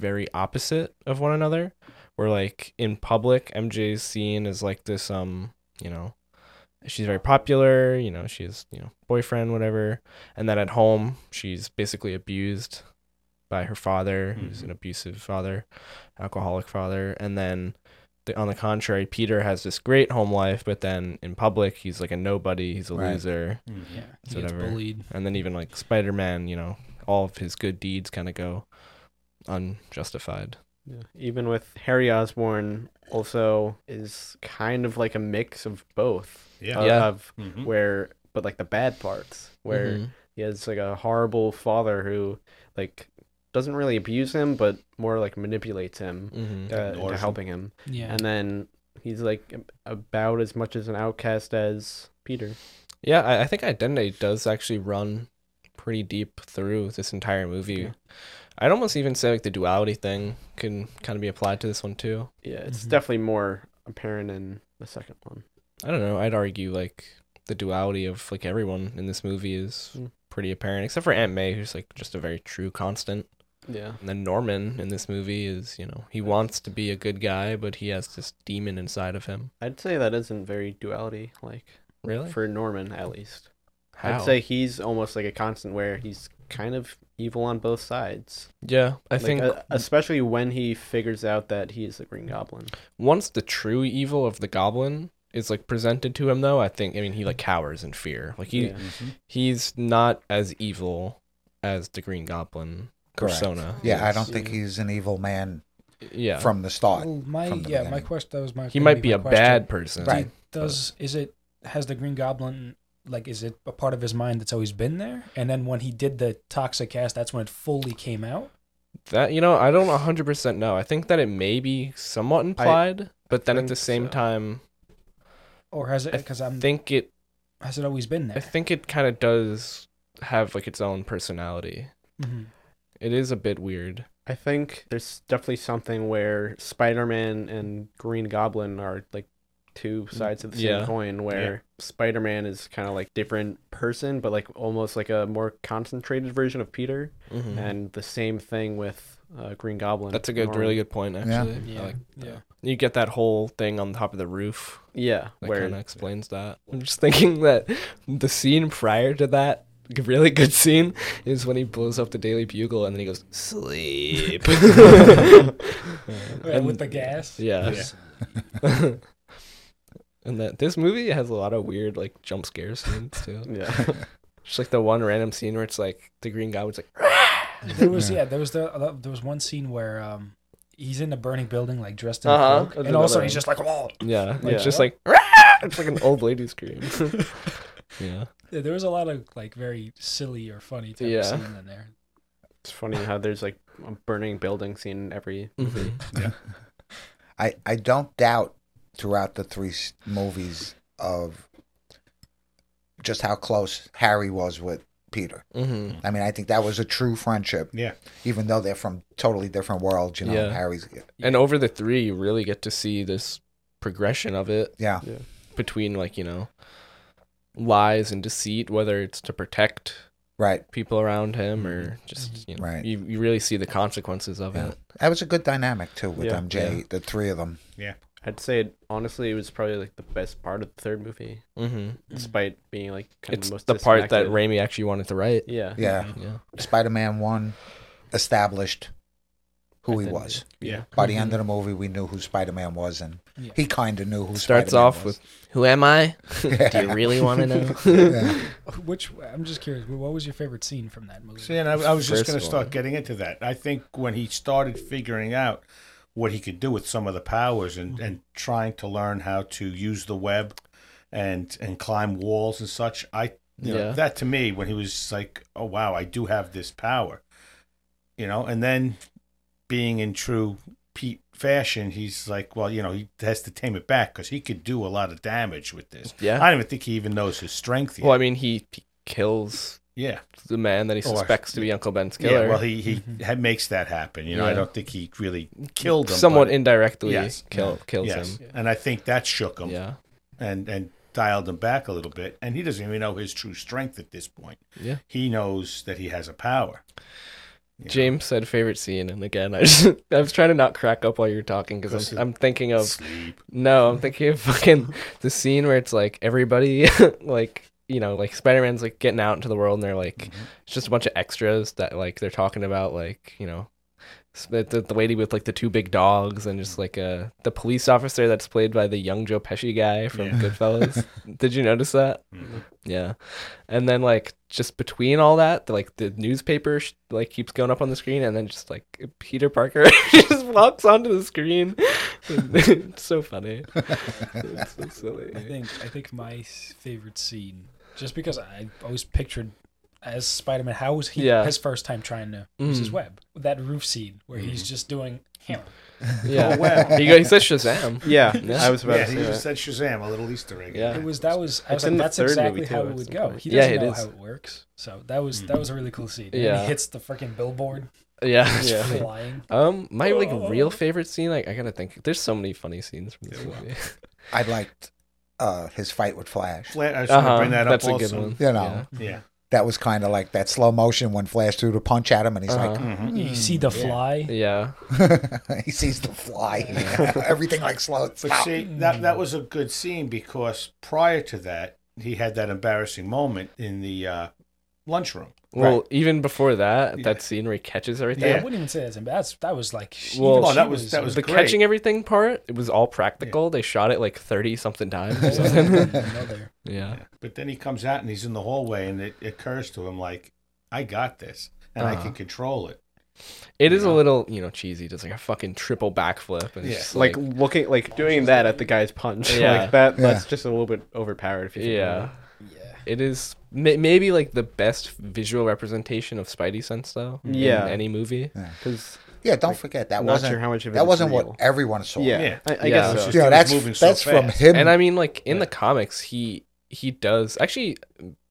S4: very opposite of one another. Where like in public, MJ is seen as like this um, you know, she's very popular, you know, she's, you know, boyfriend, whatever. And then at home, she's basically abused by her father, who's
S5: Mm-hmm.
S4: an
S6: Mhm.
S4: abusive father, alcoholic father. And then the, on the contrary, Peter has this great home life, but then in public, he's like a nobody, he's a
S5: Right.
S4: loser
S6: Mm-hmm.
S3: Yeah. He gets
S4: Whatever.
S3: bullied.
S4: and then even like spider-man you know all of his good deeds kind of go unjustified
S2: Yeah. Even with Harry Osborn, also is kind of like a mix of both.
S6: Yeah.
S2: of-
S4: Yeah.
S2: of
S6: Mhm.
S2: where but like the bad parts where
S4: Mm-hmm.
S2: he has like a horrible father who like doesn't really abuse him but more like manipulates him
S4: Mm-hmm.
S2: uh, into
S6: Ignores him.
S2: helping him
S3: Yeah.
S2: and then he's like about as much as an outcast as peter
S4: yeah I, I think identity does actually run pretty deep through this entire movie
S2: Yeah.
S4: i'd almost even say like the duality thing can kind of be applied to this one too
S2: yeah it's
S3: Mhm.
S2: definitely more apparent in the second one
S4: i don't know i'd argue like the duality of like everyone in this movie is
S2: Mm.
S4: pretty apparent except for aunt may who's like just a very true constant
S2: yeah
S4: and then norman in this movie is you know he wants to be a good guy but he has this demon inside of him
S2: i'd say that isn't very duality like
S4: really
S2: for norman at least
S4: How?
S2: i'd say he's almost like a constant where he's kind of evil on both sides
S4: Yeah, I
S2: Like,
S4: think
S2: uh, especially when he figures out that he is the green goblin
S4: once the true evil of the goblin is like presented to him though, I think I mean he like cowers in fear. Like he
S2: Yeah.
S6: Mhm.
S4: he's not as evil as the green goblin
S5: Correct.
S4: persona.
S5: Yeah, I
S4: is.
S5: don't think he's an evil man
S4: Yeah.
S5: from the start.
S3: Well, my
S5: from the
S3: yeah, my
S5: beginning.
S3: question that was my
S4: he
S3: gonna
S4: might be
S3: my
S4: a
S3: question.
S4: bad person.
S5: Right.
S3: Does is it has the Green Goblin like is it a part of his mind that's always been there? And then when he did the toxic cast, that's when it fully came out.
S4: That you know, I don't 100% know. I think that it may be somewhat implied, but then at
S2: think
S4: the same
S2: so.
S4: time
S3: or has it?
S4: I
S3: Because I'm
S4: think it
S3: has it always been
S4: I
S3: there?
S4: think it kind of does have like its own personality.
S3: hmm
S4: It is a bit weird.
S2: I think there's definitely something where Spider-Man and Green Goblin are like two sides of the same
S4: Mm, Yeah.
S2: coin where Spider-Man is kind of like different person but like almost like a more concentrated version of Peter and the same thing with uh, Green Goblin.
S4: Mm-hmm. That's a good,
S2: Norman.
S4: really good point. Actually, I like-
S3: yeah.
S4: you get that whole thing on top of the roof.
S2: Yeah,
S4: That
S2: where
S4: (laughs) kind of explains that. I'm just thinking that the scene prior to that g- really good scene is when he blows up the Daily Bugle and then he goes sleep.
S3: Wait,
S4: And-
S3: with the gas.
S4: yeah. (laughs) and that this movie has a lot of weird like jump scare scenes too.
S5: (laughs)
S2: yeah. (laughs)
S4: Just like the one random scene where it's like the green guy was like,
S3: (laughs)
S4: (laughs)
S3: There was
S5: Yeah.
S3: yeah. There was the uh, there was one scene where um he's in the burning building like dressed in
S2: Uh-huh.
S3: a
S2: That's
S3: cloak, and
S2: another
S3: also
S2: one.
S3: he's just like oh.
S4: yeah,
S2: Yeah.
S4: it's just like it's like an old lady scream. yeah,
S3: Yeah, there was a lot of like very silly or funny type
S4: Yeah.
S3: of scene in there.
S2: It's funny how there's like a burning building scene in every
S4: Mm-hmm.
S2: movie.
S5: I, I don't doubt throughout the three s- movies of just how close Harry was with Peter.
S4: hmm
S5: I mean, I think that was a true friendship,
S6: Yeah.
S5: even though they're from totally different worlds. You know,
S4: Yeah.
S5: Harry's
S4: and over the three, you really get to see this progression of it
S5: yeah,
S4: between like you know lies and deceit, whether it's to protect
S5: right.
S4: people around him or just
S6: Mm-hmm.
S4: you know,
S5: Mm-hmm. Right.
S4: you, you really see the consequences of
S5: Yeah.
S4: it.
S5: That was a good dynamic too with
S2: Yeah.
S5: MJ,
S4: Yeah.
S5: the three of them.
S2: I'd say it, honestly it was probably like the best part of the third movie,
S4: Mm-hmm.
S2: despite being like kind
S4: It's
S2: of most
S4: the part that
S2: disconnected.
S4: Raimi actually wanted to write.
S2: Yeah.
S5: Yeah,
S6: Mm-hmm.
S4: Yeah.
S5: Spider-Man one established who he
S2: Identity.
S5: was.
S6: Yeah.
S5: By
S4: Mm-hmm.
S5: the end of the movie, we knew who Spider-Man was, and
S3: Yeah.
S5: he kind of knew who
S4: Starts
S5: Spider-Man
S4: off
S5: was.
S4: with, "Who am I? Do you
S5: Yeah.
S4: really
S5: (laughs)
S4: want to
S6: (laughs)
S4: know?"
S5: Yeah.
S3: Which I'm just curious, what was your favorite scene from that movie?
S6: See, and I, I was
S4: First
S6: just going to
S4: one.
S6: start getting into that. I think when he started figuring out what he could do with some of the powers and,
S4: Mm-hmm.
S6: and trying to learn how to use the web and and climb walls and such, I you know,
S4: (laughs) Yeah.
S6: that to me when he was like, oh wow, I do have this power, you know, and then being in true Pete fashion, he's like, well, you know, he has to tame it back because he could do a lot of damage with this.
S4: yeah.
S6: I don't even think he even knows his strength yet.
S4: Well, I mean, he, he kills
S6: yeah.
S4: the man that he
S6: Or-
S4: suspects to be Uncle Ben's killer.
S6: Oh, Yeah, well, he he
S3: Mm-hmm.
S6: ha- makes that happen. You know, I
S4: Yeah.
S6: don't think he really killed him.
S4: Somewhat
S6: but-
S4: indirectly
S6: Yes.
S4: kill, kills
S6: yes,
S4: him.
S6: and I think that shook him
S4: Yeah.
S6: and and dialed him back a little bit. And he doesn't even know his true strength at this point.
S4: Yeah.
S6: He knows that he has a power. you know.
S4: James said favorite scene, and again, I (laughs) just I was trying to not crack up while you were talking because
S6: Because
S4: I'm,
S6: it-
S4: I'm thinking of
S6: sleep.
S4: no, I'm thinking of fucking the scene where it's like everybody (laughs) like you know like Spider Man's like getting out into the world and they're like it's just a bunch of extras that like they're talking about like you know s- the, the, the lady with like the two big dogs and just like uh the police officer that's played by the young Joe Pesci guy from
S6: Yeah.
S4: Goodfellas. Did you notice that?
S6: Mhm.
S4: Yeah. And then like just between all that, the, like the newspaper sh- like keeps going up on the screen and then just like Peter Parker (laughs) just walks onto the screen. (laughs) it's so funny. It's so silly.
S3: I think I think my s- favorite scene, just because I always pictured as Spider Man, how was he
S4: Yeah.
S3: his first time trying to use his
S4: Mm.
S3: web? That roof scene where
S2: Mm-hmm.
S3: he's just doing him.
S4: Yeah.
S6: Oh, wow.
S4: He, go, he says Shazam.
S2: Yeah.
S4: (laughs) Yeah.
S2: I was about
S6: Yeah,
S2: to
S6: he
S2: say that.
S6: just said Shazam, a little Easter egg.
S4: Yeah.
S3: It was that was I
S2: It's
S3: was
S2: in
S3: like
S2: the
S3: that's
S2: third
S3: exactly
S2: movie, too,
S3: how
S2: at
S3: it would
S2: some
S3: go.
S2: point.
S3: He
S4: Yeah,
S3: doesn't
S4: it
S3: know
S4: is.
S3: how it works, so that was that was a really cool scene. And
S4: Yeah.
S3: he hits the freaking billboard.
S4: Yeah.
S2: (laughs)
S3: It's
S2: Yeah.
S3: flying.
S4: Um, my like real favorite scene, like I gotta think. There's so many funny scenes from this
S6: Oh. Yeah, wow.
S4: movie.
S5: I liked uh, his fight with Flash.
S6: Fla- I was going to
S4: Uh-huh,
S6: bring that up
S4: That's a
S6: also.
S4: good one.
S5: You know,
S4: Yeah.
S6: Yeah.
S5: That was kind of like that slow motion when Flash threw the punch at him, and he's
S4: Uh-huh.
S6: Mhm.
S2: Hmm.
S3: You see the fly.
S4: Yeah.
S5: like, (laughs) he sees the fly. (laughs) Everything like slow.
S6: But see, that that was a good scene because prior to that, he had that embarrassing moment in the uh, lunchroom.
S4: Well, even before that,
S6: Yeah.
S4: that scene where he catches everything.
S6: Yeah.
S3: I wouldn't even say that's that's that was
S2: (laughs)
S3: like she,
S4: Well,
S6: Oh,
S3: she
S6: that was that was
S4: the
S6: great.
S4: catching everything part, it was all practical. They shot it like thirty something
S6: (laughs)
S4: times. or something.
S3: another.
S4: yeah.
S6: Yeah. But then he comes out and he's in the hallway, and it occurs to him like, "I got this, and I
S4: Uh-huh.
S6: can control it."
S4: It is
S6: Yeah.
S4: a little, you know, cheesy. Does like a fucking triple backflip and it's
S6: Yeah.
S4: just
S2: Like
S4: like,
S2: looking like doing that at the guy's punch. (laughs)
S4: Yeah.
S2: Like that
S5: Yeah.
S2: that's just a little bit overpowered if you think about
S4: yeah, it is may- maybe like the best visual representation of Spidey sense though. in
S2: Yeah.
S4: any movie.
S2: it. Cuz
S5: Yeah, don't forget that
S2: Not
S5: wasn't
S2: sure how much of it
S5: that
S2: is
S5: wasn't
S2: real.
S5: what everyone saw.
S2: Yeah,
S6: Yeah.
S2: I, I
S4: Yeah.
S2: guess
S4: So-
S2: it's
S6: Just
S2: just
S5: you know,
S6: was
S5: that's
S6: moving so
S5: that's from
S6: fast.
S5: him.
S4: And I mean, like in
S6: Yeah.
S4: the comics, he he does actually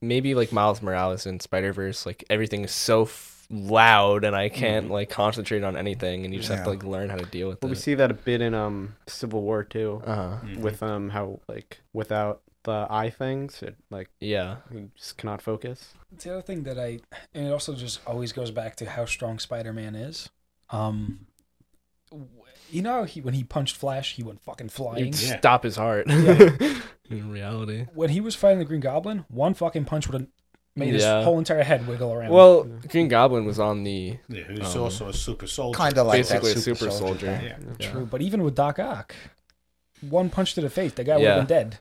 S4: maybe like Miles Morales in Spider Verse, like everything is so f- loud, and I can't like concentrate on anything, and you just have to
S5: Mm-hmm. Yeah.
S4: like learn how to deal with
S2: Well, we
S4: it.
S2: see that a bit in um Civil War too,
S4: Uh huh.
S5: Mm-hmm.
S6: Mhm.
S2: with um how like without the eye things, it like
S4: Yeah.
S2: you just cannot focus.
S3: the other thing that I, and it also just always goes back to how strong Spider Man is. Um, w- you know, how he when he punched Flash, he went fucking flying.
S4: You'd
S6: Yeah.
S4: stop his heart. (laughs) in reality.
S3: When he was fighting the Green Goblin, one fucking punch would have made
S4: Yeah.
S3: his whole entire head wiggle around.
S4: Well, Green Goblin was on the
S6: Yeah, he was
S4: Um,
S6: also a super soldier.
S5: Kind of like
S4: basically a
S5: that super,
S4: super
S5: soldier.
S4: soldier.
S5: thing.
S6: Yeah.
S3: true, but even with Doc Ock, one punch to the face, the guy would
S4: Yeah.
S3: have been dead.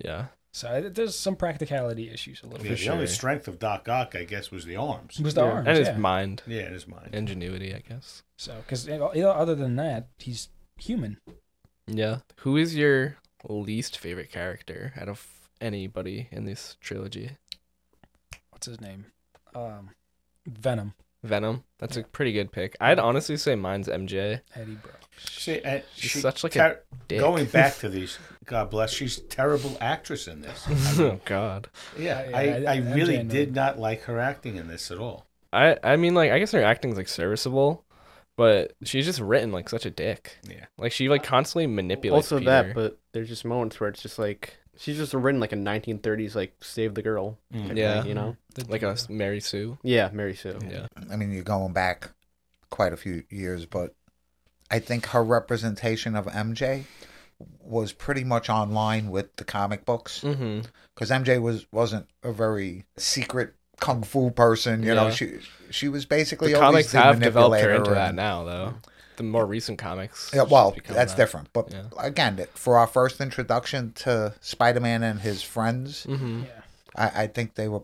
S4: yeah.
S3: So I- there's some practicality issues a little
S6: Yeah,
S3: bit.
S6: the
S4: sure.
S6: only strength of Doc Ock, I guess, was the arms.
S3: It was the
S2: Yeah.
S3: arms,
S4: and his
S3: yeah.
S4: mind
S6: Yeah, it is mine.
S4: ingenuity, I guess.
S3: So because other than that, he's human.
S4: Yeah. Who is your least favorite character out of anybody in this trilogy?
S3: What's his name? Um, Venom,
S4: Venom. That's a pretty good pick. I'd honestly say mine's MJ.
S3: Eddie Brock.
S6: She, and
S4: She's
S6: she-
S4: such like a
S6: ter-
S4: dick.
S6: going back to these. God bless. She's a terrible actress in this. I mean,
S4: (laughs) oh God.
S6: yeah,
S3: Yeah,
S6: I,
S3: yeah,
S6: I,
S3: I- I'm
S6: really
S3: Jane,
S6: did
S3: um,
S6: not like her acting in this at all.
S4: I I mean like I guess her acting's like serviceable, but she's just written like such a dick.
S6: Yeah.
S4: Like she like constantly manipulates.
S2: also that,
S4: Peter.
S2: but there's just moments where it's just like she's just written like a 1930s like save the girl,
S5: Mm.
S2: type
S4: Yeah.
S2: thing, you know,
S3: The-
S4: like a Mary Sue.
S2: yeah, Mary Sue.
S4: Yeah.
S5: I mean, you're going back quite a few years, but I think her representation of MJ was pretty much on line with the comic books
S4: Mm-hmm.
S5: because MJ was wasn't a very secret kung fu person. You know,
S4: Yeah.
S5: she she was basically
S4: The comics
S5: always the
S4: have developed her
S5: manipulator
S4: into that
S5: and-
S4: now though. The more recent comics.
S5: Yeah,
S4: she's
S5: well,
S4: become
S5: that's
S4: that.
S5: different. But
S4: Yeah.
S5: again, th- for our first introduction to Spider-Man and his friends,
S4: Mm-hmm.
S3: Yeah.
S5: I, I think they were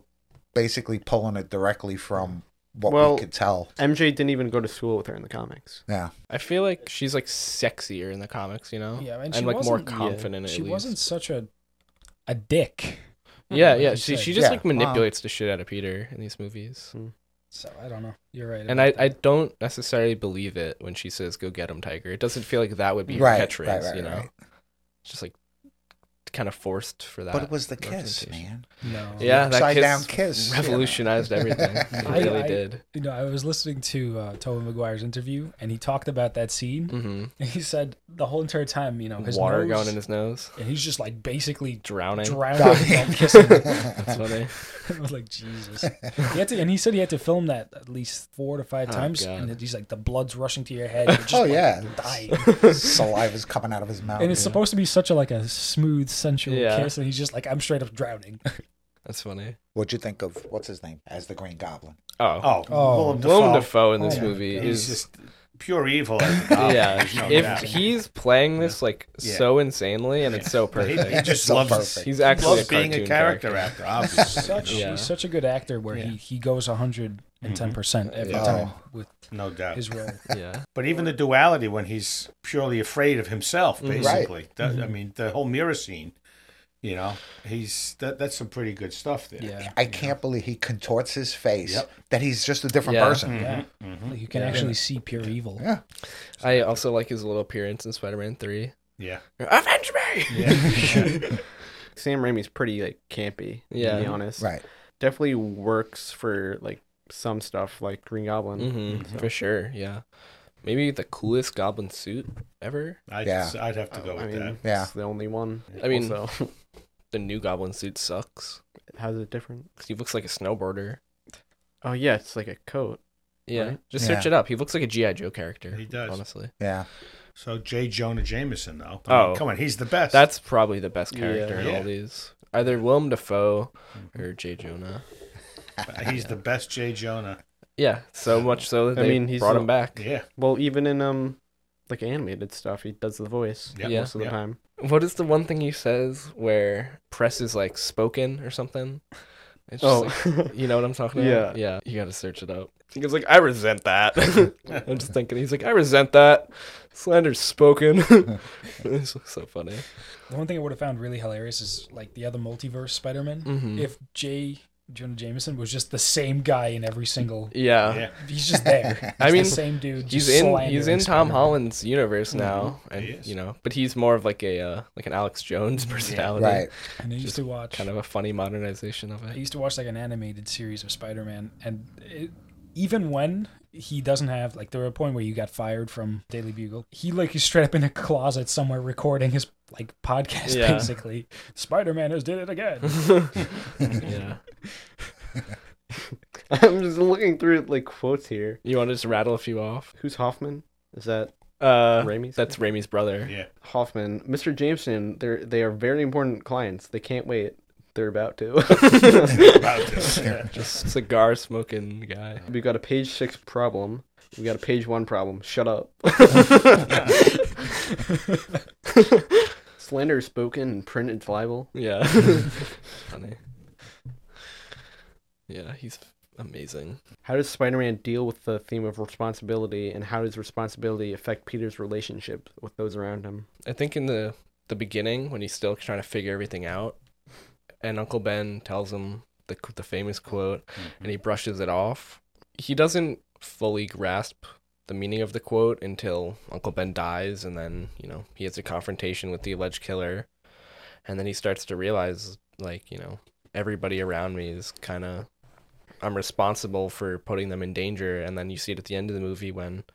S5: basically pulling it directly from what
S2: Well-
S5: we could tell.
S2: MJ didn't even go to school with her in the comics.
S5: Yeah.
S4: I feel like she's like sexier in the comics, you know?
S3: Yeah, and she
S4: Oh, and like more
S3: wasn't-
S2: yeah,
S4: confident.
S3: She
S4: at
S3: wasn't
S4: least.
S3: such a a dick.
S4: Yeah,
S3: like
S4: yeah.
S3: you
S4: She
S3: said.
S4: she just
S5: Yeah,
S4: like
S5: wow.
S4: manipulates the shit out of Peter in these movies.
S3: So I don't know. You're right.
S4: And I,
S3: about
S4: I
S3: that.
S4: don't necessarily believe it when she says "Go get him, Tiger." It doesn't feel like that would be her
S5: Right,
S4: catchphrase,
S5: right, right,
S4: you know.
S5: right.
S4: It's just like kind of forced for that.
S5: But it was the kiss,
S4: representation.
S5: man.
S3: no.
S4: Yeah, that
S5: Upside
S4: kiss
S5: down kiss, you know.
S4: revolutionized
S5: (laughs)
S4: everything. It
S3: I-
S4: really
S3: I-
S4: did.
S3: You know, I was listening to uh, Tobey Maguire's interview, and he talked about that scene.
S4: hmm
S3: And (laughs) he said the whole entire time, you know, Oh, his
S4: Water
S3: nose,
S4: going in his nose,
S3: and he's just like
S4: (laughs)
S3: basically (laughs)
S4: drowning.
S3: drowning while kissing.
S4: that's funny.
S3: I was like, Jesus. He had to, and he said he had to film that at least four to five
S4: Oh,
S3: times,
S4: God.
S3: and he's like, the blood's rushing to your
S4: (laughs)
S3: head. You're just,
S5: Oh,
S3: like,
S5: yeah.
S3: dying.
S5: Saliva's coming out of his mouth.
S3: And it's supposed to be such a like a smooth, sensual
S4: Oh, Yeah.
S3: kiss, and he's just like, I'm straight up drowning.
S4: That's funny.
S5: What'd you think of what's his name as the Green Goblin?
S4: Oh,
S6: Oh,
S3: Oh.
S6: Willem Dafoe.
S4: Willem Dafoe in this
S3: Oh my
S4: movie
S3: God.
S4: is
S6: He's just pure evil. as the
S4: (laughs)
S6: Goblin,
S4: yeah.
S6: (laughs) there's no
S4: if
S6: doubt.
S4: he's playing this like
S6: Yeah.
S4: so insanely and it's
S5: (laughs)
S4: so
S6: But he, he
S4: perfect,
S6: just
S5: So
S6: loves
S5: perfect.
S4: he's
S6: he
S4: actually
S6: loves
S4: a
S6: being a
S4: cartoon
S6: character, actor. Obviously,
S3: Such
S6: you know,
S4: Yeah. Mm-hmm.
S3: he's such a good actor where
S6: Yeah.
S3: he, he goes 110 percent every
S5: Yeah.
S3: time with
S6: no doubt.
S3: his
S4: (laughs)
S3: role.
S4: Oh. Yeah.
S6: But even the duality when he's purely afraid of himself,
S4: Mhm. Right.
S6: basically. That- I mean, the whole mirror scene. You know, he's that. That's some pretty good stuff there.
S3: yeah,
S5: I can't believe he contorts his face
S6: Yep.
S5: that he's just a different
S4: Yeah.
S5: person.
S3: yeah.
S6: hmm
S3: Like, you can
S4: Yeah.
S3: actually see pure evil.
S5: Yeah.
S4: I also like his little appearance in Spider-Man Three.
S6: Yeah.
S4: Avenge me! (laughs)
S6: Yeah.
S2: Sam Raimi's pretty like campy,
S4: Yeah.
S2: to be honest.
S5: Right.
S2: Definitely works for like some stuff like Green Goblin.
S4: hmm
S5: Mm-hmm.
S4: For sure, yeah. Maybe the coolest Goblin suit ever.
S6: I'd,
S5: Yeah.
S6: I'd have to go
S2: I
S6: with
S2: mean,
S6: that.
S5: Yeah.
S2: it's the only one.
S4: I mean-
S2: also,
S4: The new Goblin suit sucks.
S2: how's it different?
S4: 'Cause He looks like a snowboarder.
S2: Oh yeah, it's like a coat.
S4: Yeah,
S2: Right?
S4: just search
S5: Yeah.
S4: it up. He looks like a GI Joe character.
S6: He does.
S4: honestly.
S5: Yeah.
S6: So J. Jonah Jameson, though. I mean,
S4: Oh.
S6: come on, he's the best.
S4: That's probably the best
S2: Yeah.
S4: character in
S6: Yeah.
S4: all these. Either Willem Dafoe or Jay Jonah.
S6: Uh,
S5: (laughs)
S6: he's the best J. Jonah.
S4: Yeah,
S2: (laughs)
S4: so much so that
S2: I
S4: they
S2: mean, he's
S4: brought
S2: the-
S4: him back.
S6: Yeah.
S2: Well, even in um, like animated stuff, he does the voice
S6: Yep.
S4: Yeah.
S2: most of the
S6: Yep.
S2: time.
S4: What is the one thing he says where press is like spoken or something? It's just like,
S2: Oh,
S4: You know what I'm talking about? Yeah. Yeah. You got to search it up. He was like, I resent that. (laughs) I'm just thinking, he's like, I resent that. Slander's spoken. (laughs) it's so funny.
S3: The one thing I would have found really hilarious is like the other multiverse Spider-Man.
S4: Mhm.
S3: If J. Jonah Jameson was just the same guy in every single.
S4: Yeah.
S6: Yeah,
S3: He's just there.
S4: (laughs) I
S3: It's
S4: mean,
S3: the same dude.
S4: He's
S3: just
S4: in he's
S3: slandering
S4: in Tom
S3: Spider-Man.
S4: Holland's universe now, and
S6: He is.
S4: you know, but he's more of like a uh, like an Alex Jones personality,
S6: (laughs)
S5: Right.
S3: And I used
S4: Just
S3: to watch.
S4: Kind of a funny modernization of
S3: I
S4: it.
S3: used to watch like an animated series of Spider-Man, and it, even when he doesn't have like there were a point where you got fired from Daily Bugle, he like is straight up in a closet somewhere recording his like podcast
S4: Yeah.
S3: basically. Spider-Man has did it again. (laughs)
S4: yeah.
S2: (laughs) I'm just looking through like quotes here.
S4: You want to just rattle a few off?
S2: Who's Hoffman? Is that
S4: Uh,
S2: Raimi's?
S4: that's Raimi's brother.
S6: yeah.
S2: Hoffman. Mr. Jameson. They're they are very important clients. They can't wait. They're about to.
S6: (laughs)
S2: (laughs)
S6: About to. Yeah.
S4: Just cigar smoking guy.
S2: we got a page six problem. We got a page one problem. Shut
S6: (laughs)
S2: up. Slander is spoken and printed is libel.
S4: Yeah. (laughs) Funny. Yeah, he's amazing.
S2: How does Spider-Man deal with the theme of responsibility, and how does responsibility affect Peter's relationship with those around him?
S4: I think in the the beginning when he's still trying to figure everything out, and Uncle Ben tells him the the famous quote, and he brushes it off. He doesn't fully grasp the meaning of the quote until Uncle Ben dies, and then you know he has a confrontation with the alleged killer, and then he starts to realize, like you know, everybody around me is kind of. I'm responsible for putting them in danger, and then you see it at the end of the movie when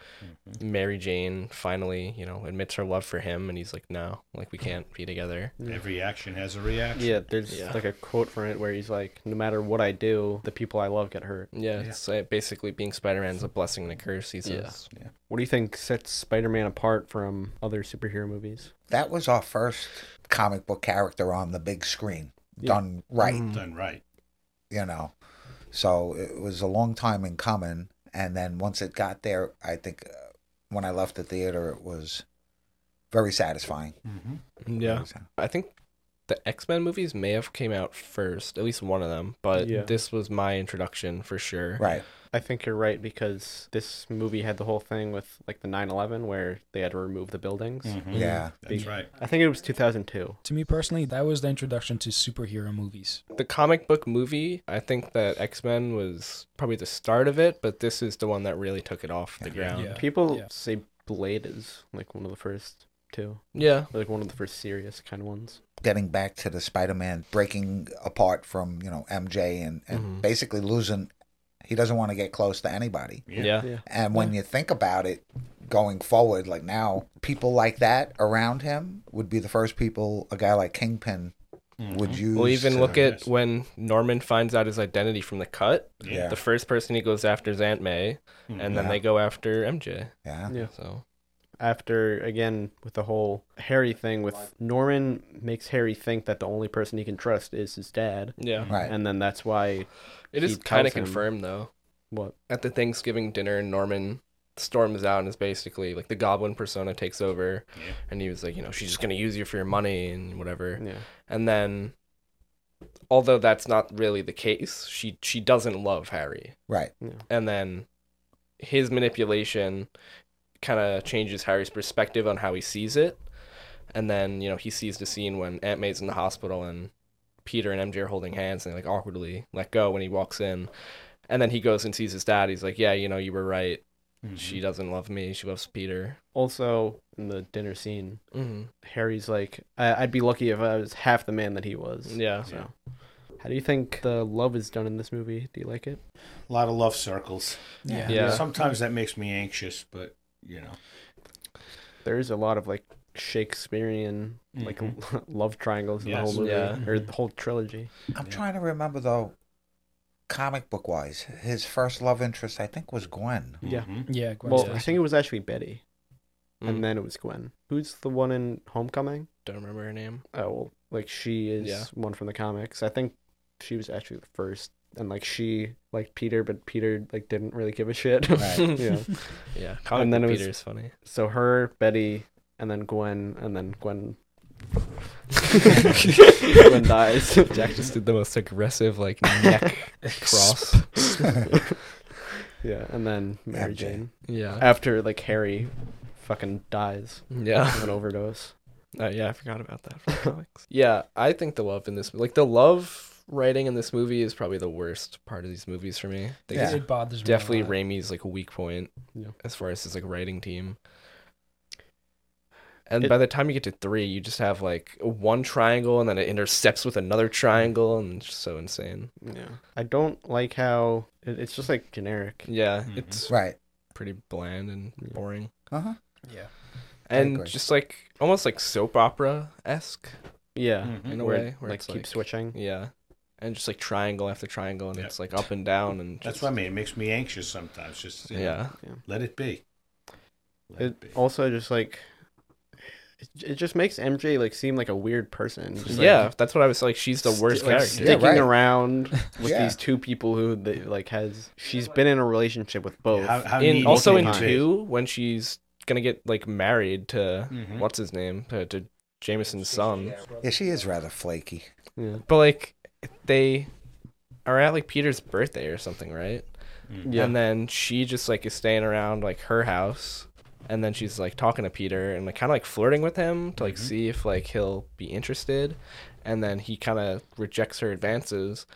S4: Mary Jane finally, you know, admits her love for him, and he's like, "No, like we can't be together."
S6: Every action has a reaction.
S2: Yeah, there's
S4: Yeah.
S2: like a quote from it where he's like, "No matter what I do, the people I love get hurt."
S4: Yeah,
S6: Yeah.
S4: it's uh, basically being Spider-Man is a blessing and a curse. He
S2: Yeah.
S4: says,
S2: What do you think sets Spider-Man apart from other superhero movies?
S5: That was our first comic book character on the big screen,
S2: Yeah.
S5: done right.
S6: Done right. Mm-hmm.
S5: you know. So it was a long time in coming, and then once it got there, I think uh, when I left the theater, it was very satisfying.
S6: Mm-hmm.
S4: "Yeah." I think the X-Men movies may have came out first, at least one of them, but
S2: Yeah.
S4: this was my introduction for sure.
S5: right,
S2: I think you're right because this movie had the whole thing with like the 9/11 where they had to remove the buildings.
S3: Mm-hmm.
S4: Mm-hmm.
S5: yeah,
S6: That's right.
S2: I think it was 2002.
S3: to me personally, that was the introduction to superhero movies.
S4: The comic book movie, I think that X-Men was probably the start of it, but this is the one that really took it off the
S5: Yeah.
S4: ground.
S3: Yeah.
S2: People
S3: Yeah.
S2: say Blade is like one of the first two,
S4: yeah.
S2: like one of the first serious kind of ones.
S5: getting back to the Spider-Man breaking apart from you know MJ and, and
S4: Mhm.
S5: basically losing. He doesn't want to get close to anybody.
S6: Yeah.
S4: Yeah.
S5: And when you think about it, going forward, like now, people like that around him would be the first people a guy like Kingpin would use.
S4: Mm-hmm. Well, even
S5: to-
S4: look at
S6: yes.
S4: when Norman finds out his identity from the cut.
S5: Yeah.
S4: The first person he goes after is Aunt May, and then
S5: Yeah.
S4: they go after MJ.
S5: yeah.
S2: Yeah.
S4: So
S2: After again with the whole Harry thing with Norman makes Harry think that the only person he can trust is his dad,
S4: yeah,
S5: Right.
S2: and then that's why
S4: it
S2: He
S4: is kind of
S2: tells him-
S4: confirmed though.
S2: what
S4: At the Thanksgiving dinner, Norman storms out and is basically like the Goblin persona takes over,
S6: Yeah.
S4: and he was like, you know, she's just gonna use you for your money and whatever.
S2: yeah
S4: And then, although that's not really the case, she she doesn't love Harry.
S5: Right.
S4: and then his manipulation kind of changes Harry's perspective on how he sees it. And then, you know, he sees the scene when Aunt May's in the hospital and Peter and MJ are holding hands and they like awkwardly let go when he walks in. And then he goes and sees his dad. He's like, Yeah, you know, you were right.
S2: Mm-hmm.
S4: She doesn't love me. She loves Peter.
S2: also in the dinner scene
S4: Mm-hmm.
S2: Harry's like, I- I'd be lucky if I was half the man that he was.
S4: Yeah.
S2: So, how do you think the love is done in this movie? Do you like it?
S6: A lot of love circles.
S3: Yeah.
S4: Yeah.
S6: Sometimes that makes me anxious, but you know.
S2: There is a lot of like Shakespearean like (laughs) love triangles in the whole
S6: Yes.
S2: movie
S4: Yeah.
S2: or the whole trilogy.
S5: I'm
S6: Yeah.
S5: trying to remember though, comic book wise, his first love interest I think was Gwen.
S2: Yeah.
S6: Mhm.
S3: Mm-hmm. Yeah, Gwen
S2: well, I
S3: Stacy.
S2: think it was actually Betty,
S4: Mm.
S2: and then it was Gwen. Who's the one in Homecoming?
S4: Don't remember
S2: (laughs)
S4: her name.
S2: Oh, well, like she is
S4: Yeah.
S2: one from the comics. I think she was actually the first, and like she liked Peter, but Peter like didn't really give a shit. (laughs)
S3: (laughs)
S5: Right.
S2: yeah.
S4: Yeah. Comic
S2: And then
S4: book
S2: it was-
S4: Peter
S2: (laughs)
S4: is funny. (laughs)
S2: So her, Betty, and then Gwen, and then Gwen. Gwen (laughs) dies.
S4: Jack just did the most aggressive, like, neck
S2: (laughs)
S4: cross.
S2: yeah, and then Mary
S5: MJ.
S2: Jane.
S4: Yeah.
S2: After like Harry, fucking dies
S4: Yeah. (laughs)
S5: (laughs)
S2: of an overdose.
S4: Uh, yeah, I forgot about that. From comics. yeah, I think the love in this, like the love writing in this movie is probably the worst part of these movies for me. I think
S5: Yeah.
S4: it's
S3: It bothers me. a
S4: definitely
S3: lot.
S4: Raimi's like weak point
S2: Yeah.
S4: as far as his like writing team. And
S2: It-
S4: by the time you get to three, you just have like one triangle and then it intercepts with another triangle and it's just so insane.
S2: Yeah. I don't like how it, it's just like generic.
S4: Yeah,
S6: Mhm.
S4: it's
S5: Right.
S4: pretty bland and
S2: Yeah.
S4: boring.
S5: Uh huh.
S3: Yeah.
S5: I
S4: And
S5: agree.
S4: just like almost like soap opera esque
S2: Yeah.
S6: Mhm.
S4: Mm-hmm. in a
S2: Mm-hmm. Where,
S4: way. Where
S2: like
S4: it's
S2: keep switching.
S4: Yeah. And just like triangle after triangle and
S6: Yeah.
S4: it's like up and down and
S6: That's
S4: just-
S6: what I mean. It makes me anxious sometimes. Just you know,
S4: Yeah.
S6: let it be. Let
S2: It also just like it, it just makes MJ like seem like a weird person. Just, like,
S4: yeah, that's what I was like. She's the
S2: sti-
S4: worst
S2: like,
S4: character.
S2: Sticking
S5: Yeah,
S2: (laughs)
S5: right.
S2: around with
S5: Yeah.
S2: these two people who they, like has she's been in a relationship with both.
S6: How, how
S4: in
S6: needy
S4: also
S6: can
S4: in
S6: you be?
S4: two when she's gonna get like married to
S2: Mm-hmm.
S6: Mhm.
S4: what's his name to, to Jameson's son,
S5: Yeah, she is rather flaky.
S2: yeah.
S4: but like they are at like Peter's birthday or something, right?
S6: Mm.
S2: Yeah.
S4: And then she just like is staying around like her house, and then she's like talking to Peter and like kind of like flirting with him to like
S6: Mhm.
S4: see if like he'll be interested, and then he kind of rejects her advances.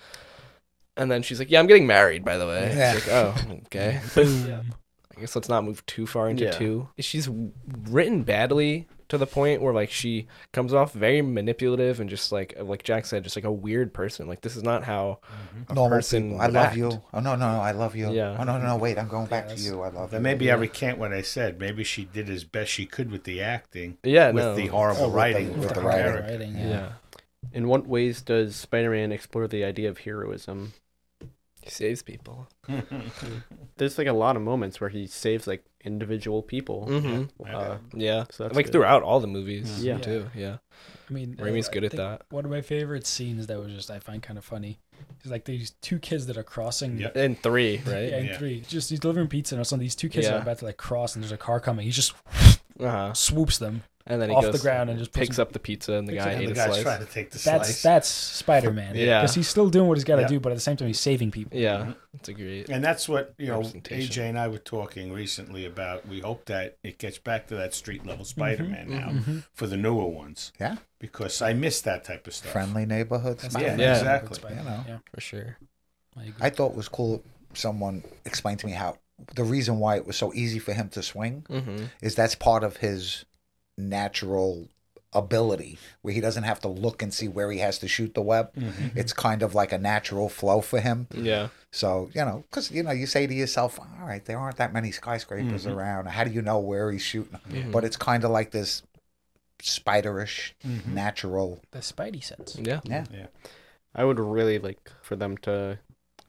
S4: And then she's like, "Yeah, I'm getting married, by the way." It's
S5: Yeah.
S4: like, "Oh, okay."
S3: Boom.
S4: I guess let's not move too far into
S2: Yeah.
S4: two. She's w- written badly to the point where like she comes off very manipulative and just like like Jack said, just like a weird person. Like this is not how
S6: Mhm.
S4: a
S5: Normal
S4: person
S5: people. I
S4: would
S5: love
S4: act.
S5: you. Oh no, no, no, I love you.
S4: Yeah.
S5: Oh no, no, no, wait, I'm going back to
S3: Yes.
S5: you. I love
S6: Then
S5: you.
S6: maybe I recant what I said. Maybe she did as best she could with the acting,
S4: Yeah,
S6: with
S4: no.
S6: the
S5: Oh,
S6: horrible
S5: with the-
S6: writing,
S5: with the
S6: the
S5: writing. (laughs)
S6: character.
S3: Writing,
S4: yeah.
S3: yeah.
S2: In what ways does Spider-Man explore the idea of heroism?
S4: He saves people.
S2: There's like a lot of moments where he saves like individual people.
S4: Mhm.
S2: Uh,
S4: Yeah.
S2: so that's
S4: like
S2: good.
S4: throughout all the movies,
S2: Yeah.
S4: yeah, too. Yeah,
S3: I mean, uh,
S4: Raimi's
S3: I- I
S4: good at
S3: think
S4: that.
S3: One of my favorite scenes that was just I find kind of funny is like these two kids that are crossing.
S6: Yep.
S4: In three,
S3: (laughs) Yeah,
S4: right?
S3: and
S6: Yeah.
S3: three. Just he's delivering pizza and some of these two kids are
S4: Yeah.
S3: about to like cross and there's a car coming. He just
S4: Uh huh.
S3: swoops them.
S4: And then he
S3: Off the
S4: goes
S3: ground and just puts
S4: picks
S3: him-
S4: up the pizza, and the
S3: picks
S4: guy
S3: up
S6: And
S4: ate
S6: the
S4: a
S6: guy's
S4: slice.
S6: trying to take the
S3: That's
S6: slice.
S3: that's Spider Man.
S4: Yeah.
S3: Because he's still doing what he's got to
S6: Yeah.
S3: do, but at the same time he's saving people.
S4: Yeah, it's a great.
S6: And that's what you know.
S4: Representation.
S6: AJ and I were talking recently about. We hope that it gets back to that street level
S5: Mm-hmm.
S6: Spider-Man now
S3: Mhm.
S6: for the newer ones.
S5: Yeah.
S6: because I miss that type of stuff.
S5: friendly neighborhood.
S3: That's
S5: smile.
S6: Yeah,
S4: Yeah.
S6: exactly.
S3: Spider-Man,
S5: You know.
S3: Yeah.
S4: for sure.
S3: I agree.
S5: I thought was cool. Someone explained to me how the reason why it was so easy for him to swing
S4: hmm
S5: is that's part of his natural ability, where he doesn't have to look and see where he has to shoot the web.
S6: Mhm.
S5: It's kind of like a natural flow for him.
S4: Yeah,
S5: So you know, because you know, you say to yourself, "All right, there aren't that many skyscrapers
S6: Mhm.
S5: around. How do you know where he's shooting?"
S4: Mhm.
S5: But it's kind of like this spiderish,
S6: Mm-hmm.
S5: natural.
S3: the Spidey sense.
S4: yeah.
S5: Yeah,
S2: I would really like for them to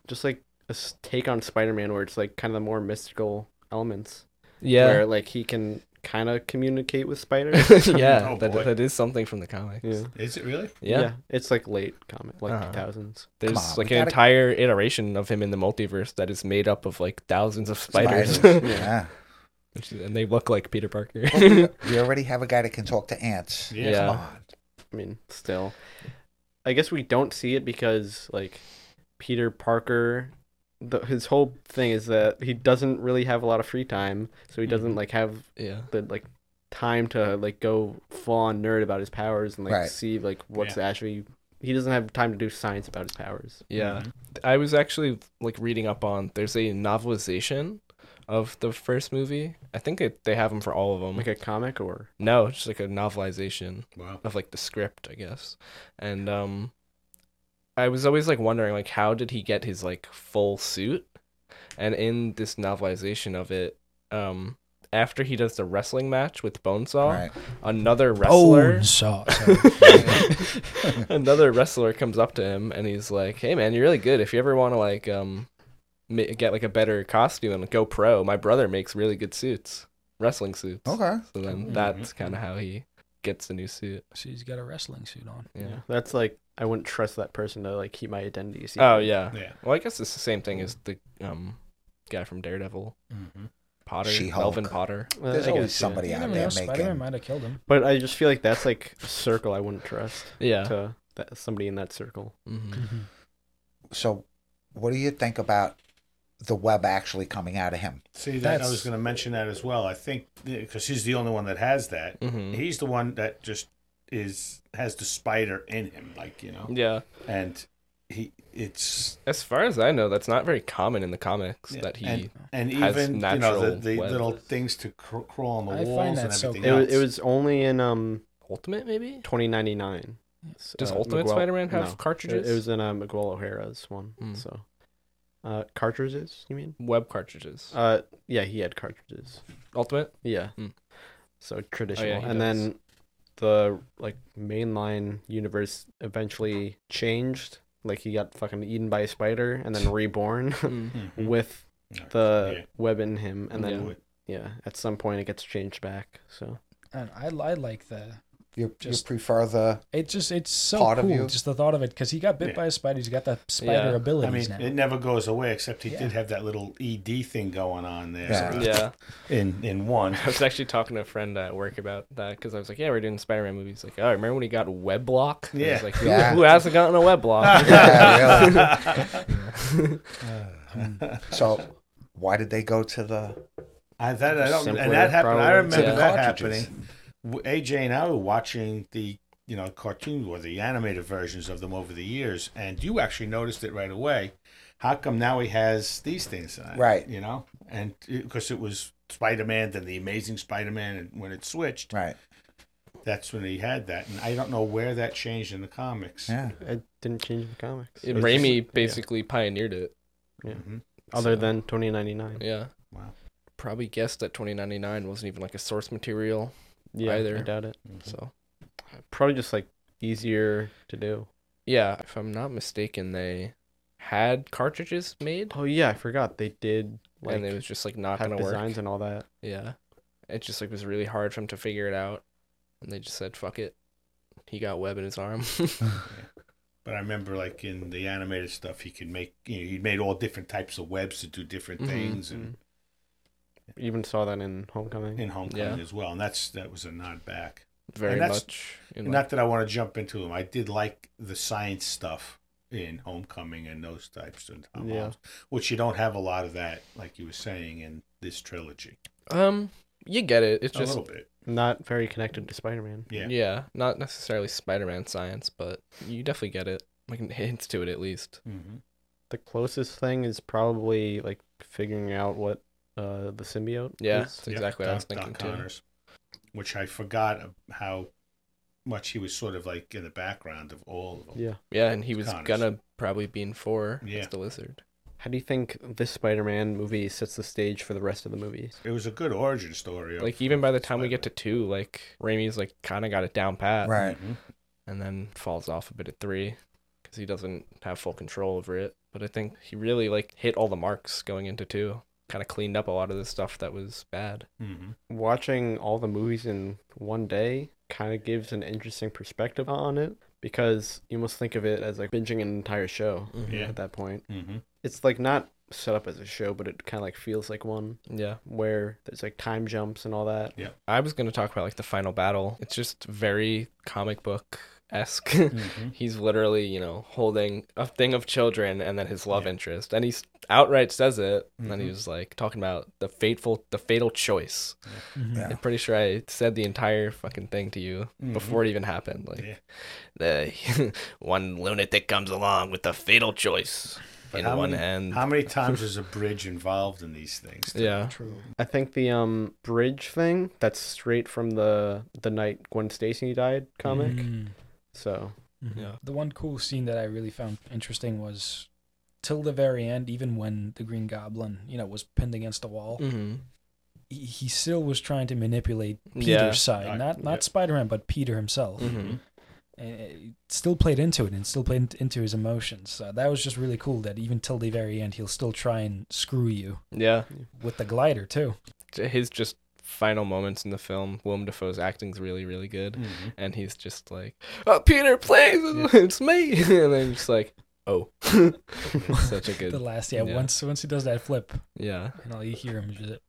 S2: just like a s- take on Spider-Man where it's like kind of the more mystical elements
S4: Yeah,
S2: (laughs) where like he can kind of communicate with spiders. (laughs)
S4: (laughs) yeah,
S6: Oh,
S4: that,
S6: boy.
S4: that is something from the comics.
S2: yeah.
S6: Is it really?
S4: Yeah.
S2: it's like late comic, like
S4: Uh-huh.
S2: 2000s.
S4: There's
S5: on,
S4: like
S5: we
S4: an
S5: gotta-
S4: entire iteration of him in the multiverse that is made up of like thousands of spiders. (laughs)
S5: Spiders, yeah.
S4: and they look like Peter Parker.
S5: You already have a guy that can talk to ants.
S4: (laughs)
S6: Yeah.
S4: Yeah.
S5: Come on.
S2: I mean, still, I guess we don't see it because like Peter Parker, the, his whole thing is that he doesn't really have a lot of free time, so he doesn't
S6: Mhm.
S2: like have
S4: yeah.
S2: the like time to like go full on nerd about his powers and like
S5: Right.
S2: see like what's
S6: Yeah.
S2: actually. He doesn't have time to do science about his powers.
S4: Yeah. I was actually like reading up on there's a novelization of the first movie. I think it, they have them for all of them.
S2: Like a comic or
S4: No, just like a novelization
S6: Wow.
S4: of like the script, I guess. And um I was always like wondering like how did he get his like full suit? And in this novelization of it, um after he does the wrestling match with Bonesaw,
S5: Right.
S4: another wrestler
S3: Bone saw.
S4: (laughs) another wrestler comes up to him and he's like, "Hey man, you're really good. If you ever want to like um ma- get like a better costume and go pro, my brother makes really good suits, wrestling suits."
S5: Okay.
S4: So then
S3: Mhm.
S4: that's kind of how he gets the new suit.
S3: so he's got a wrestling suit on.
S4: Yeah.
S2: that's like I wouldn't trust that person to like keep my identity secret.
S4: Oh yeah.
S6: Yeah.
S4: Well, I guess it's the same thing as (laughs) the um guy from Daredevil,
S6: Mhm.
S4: Potter,
S5: She-Hulk.
S4: Melvin Potter.
S2: Uh,
S5: There's
S2: I
S5: always
S2: guess, yeah.
S5: somebody
S3: You
S5: out
S3: never
S5: there
S3: know.
S5: making.
S3: Spider Man might have killed him.
S2: But I just feel like that's like a circle I wouldn't trust.
S4: Yeah.
S2: to that, somebody in that circle.
S3: mm-hmm.
S4: hmm
S5: So, what do you think about the web actually coming out of him?
S6: See, that, I
S3: That's-
S6: was going to mention that as well. I think because he's the only one that has that.
S4: hmm
S6: He's the one that just is has the spider in him, like you know,
S4: Yeah.
S6: and he it's
S4: As far as I know, that's not very common in the comics
S6: Yeah,
S4: that he.
S6: and
S4: Has
S6: even you know the,
S4: natural
S6: the
S4: web.
S6: little things to cr- crawl on the
S3: I find
S6: walls and
S3: that so
S6: everything.
S2: It was, it
S6: else.
S2: was only in um
S4: Ultimate, maybe?
S2: 2099. So,
S4: Does
S2: uh,
S4: Ultimate
S2: Miguel-
S4: Spider-Man have
S2: no. It-
S4: cartridges?
S2: It, was in uh, Miguel O'Hara's one.
S4: Hmm.
S2: So uh, cartridges, you mean?
S4: Web cartridges.
S2: Uh, yeah, he had cartridges.
S4: Ultimate?
S2: Yeah.
S4: Hmm.
S2: So traditional,
S4: he
S2: and
S4: does.
S2: then the like mainline universe eventually changed. Like he got fucking eaten by a spider and
S4: (laughs)
S2: then reborn
S1: Hmm.
S4: Mm.
S6: Mhm.
S2: with
S6: No,
S2: the
S6: yeah.
S2: web in him, and
S4: Yeah.
S2: then yeah, at some point it gets changed back. So
S3: And I, I like the.
S5: You,
S3: Just-
S5: you prefer the
S3: It just it's so
S5: Part of
S3: cool.
S5: you.
S3: Just the thought of it because he got bit
S6: Yeah.
S3: by a spider. He's got the spider
S4: Yeah. I
S6: I
S3: abilities
S6: mean,
S3: now.
S6: it never goes away, except he
S3: Yeah.
S6: did have that little ED thing going on there.
S5: Yeah.
S6: so-
S4: Yeah.
S6: In
S3: (laughs)
S6: in
S4: (laughs)
S6: one.
S4: I was actually talking to a friend at work about that because I was like, "Yeah, we're doing Spider-Man movies." Like, oh, remember when he got web block? And I was
S6: Yeah.
S4: like, who,
S5: Yeah.
S4: who hasn't gotten a web
S6: (laughs)
S4: block?
S5: Yeah, really.
S6: Uh,
S5: (laughs) so why did they go to the
S6: I, that I don't,
S2: Simpler,
S6: and that happened. I
S2: probably.
S6: remember
S4: Yeah.
S6: that
S5: Cartridges.
S6: happening. W- AJ and I were watching the you know cartoon or the animated versions of them over the years, and you actually noticed it right away. How come now he has these things? on it,
S5: Right.
S6: You know, and because it was Spider-Man, then the Amazing Spider-Man, and when it switched,
S5: right?
S6: that's when he had that. And I don't know where that changed in the comics.
S5: Yeah,
S2: it didn't change the comics
S4: And Raimi basically pioneered it.
S6: Mhm.
S2: other
S4: so-
S2: than 2099.
S4: Yeah.
S6: Wow.
S4: Probably guessed that 2099 wasn't even like a source material.
S2: Yeah,
S4: Either.
S2: I doubt it.
S6: Mhm.
S4: So
S2: Probably just like easier to do.
S4: yeah, if I'm not mistaken, they (laughs) had cartridges made,
S2: Oh yeah, I forgot they did like
S4: and it was just like not
S2: have
S4: gonna work.
S2: designs and all that.
S4: Yeah. It just like was really hard for him to figure it out. And they just said, fuck it. He got web in his arm. (laughs)
S6: But I remember, like in the animated stuff, he could make you know he made all different types of webs to do different
S4: Mhm.
S6: things, and
S2: Even saw that in Homecoming.
S6: in Homecoming
S4: Yeah.
S6: as well, and that's that was a nod back.
S4: Very
S6: And that's-
S4: much. In like,
S6: Not that I want to jump into them. I did like the science stuff in Homecoming and those types of Tom
S2: Yeah.
S6: Holland's, which you don't have a lot of that, like you were saying in this trilogy.
S4: um, you get it. It's
S6: a
S4: just,
S6: little bit,
S2: Not very connected to Spider-Man.
S6: yeah.
S4: yeah. not necessarily Spider Man science, but you definitely get it. Like hints to it at least.
S6: Mm-hmm.
S2: The closest thing is probably like figuring out what uh the symbiote
S4: Yeah,
S2: is.
S4: that's exactly what I was thinking too.
S6: which I forgot how much he was sort of like in the background of all of them.
S2: Yeah.
S4: Yeah, and he was
S6: Connors.
S4: gonna probably be in four
S6: Yeah.
S4: as the lizard.
S2: How do you think this Spider-Man movie sets the stage for the rest of the movies?
S6: It was a good origin story. of-
S4: Like even by the time we get to two, like Raimi's like kind of got it down pat,
S5: right.
S6: Mhm.
S4: and then falls off a bit at three because he doesn't have full control over it. But I think he really like hit all the marks going into two. Kind of cleaned up a lot of the stuff that was bad.
S6: Mhm.
S2: Watching all the movies in one day kind of gives an interesting perspective on it because you almost think of it as like binging an entire show
S6: Yeah.
S2: at that point.
S6: Mm-hmm.
S2: It's like not set up as a show, but it kind of like feels like one
S4: Yeah.
S2: where there's like time jumps and all that.
S4: I was gonna talk about like the final battle. It's just very comic book esque. (laughs)
S6: Mm-hmm.
S4: He's literally, you know, holding a thing of children and then his love
S6: Yeah.
S4: interest. And he's outright says it. And then he
S6: Mhm.
S4: was like talking about the fateful the fatal choice.
S3: Mhm.
S5: Yeah.
S4: I'm pretty sure I said the entire fucking thing to you before it even happened. Like
S6: Mm-hmm. Yeah.
S4: the (laughs) one lunatic comes along with the fatal choice
S6: But
S4: in
S6: Mm-hmm. how
S4: one
S6: many-
S4: hand.
S6: How many times is a bridge involved in these things?
S4: yeah.
S3: True.
S2: I think the um bridge thing that's straight from the the night Gwen Stacy died comic.
S3: Mm.
S2: So
S3: Mhm.
S4: Yeah.
S3: The one cool scene that I really found interesting was till the very end, even when the Green Goblin, you know, was pinned against the wall,
S4: Mm-hmm.
S3: he, he still was trying to manipulate Peter's
S4: Yeah.
S6: Yeah.
S3: side, not not
S6: Yeah.
S3: Spider-Man, but Peter himself.
S4: Mm-hmm.
S3: And it still played into it and still played in- into his emotions. So that was just really cool. That even till the very end, he'll still try and screw you
S4: Yeah.
S3: with the glider too.
S4: His just final moments in the film, Willem Dafoe's acting's really, really good.
S6: Mhm.
S4: And he's just like, oh, Peter, please, (laughs) it's me. And then he's like,
S6: (laughs)
S4: oh. it's such a
S3: The
S4: good,
S3: last, yeah,
S4: Yeah.
S3: Once once he does that flip,
S4: yeah.
S3: and all you hear him is just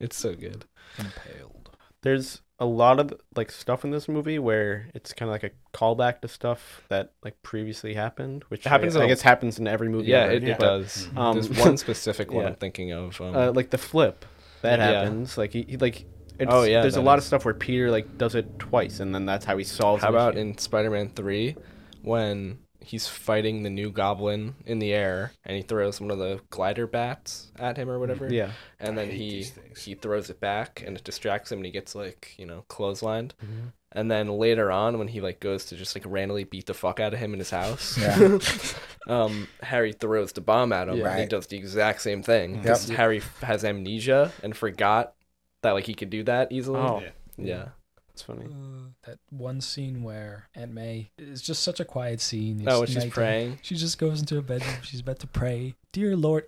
S4: It's so good.
S3: impaled.
S2: there's a lot of like stuff in this movie where it's kind of like a callback to stuff that like previously happened, which
S4: It happens
S2: I, I
S4: in a-
S2: guess happens in every movie.
S4: Yeah,
S2: ever,
S4: it,
S6: Yeah.
S4: it does.
S6: Mhm.
S2: Um,
S4: There's one specific one
S2: yeah.
S4: I'm thinking of. Um,
S2: Uh, like the flip that
S4: Yeah.
S2: happens. Like he, he like. It's,
S4: Oh, yeah,
S2: there's a
S4: that
S2: lot
S4: is.
S2: of stuff where Peter like does it twice, and then that's how he solves.
S4: How
S2: an
S4: about
S2: issue.
S4: in Spider Man 3 when he's fighting the new goblin in the air, and he throws one of the glider bats at him or whatever.
S2: Yeah.
S4: and
S6: I
S4: then
S6: hate
S4: he
S6: these things.
S4: he throws it back and it distracts him and he gets like you know clotheslined
S3: Mm-hmm.
S4: and then later on when he like goes to just like randomly beat the fuck out of him in his house
S5: Yeah.
S4: (laughs) um harry throws the bomb at him and he
S5: Right.
S4: does the exact same thing
S5: Yep.
S4: because harry f- has amnesia and forgot that like he could do that easily
S2: Oh,
S6: Yeah.
S4: yeah
S2: it's funny.
S3: Uh, that one scene where Aunt May is just such a quiet scene. It's
S4: oh and she's
S3: nighttime.
S4: praying
S3: She just goes into her bedroom. She's about to pray. Dear Lord,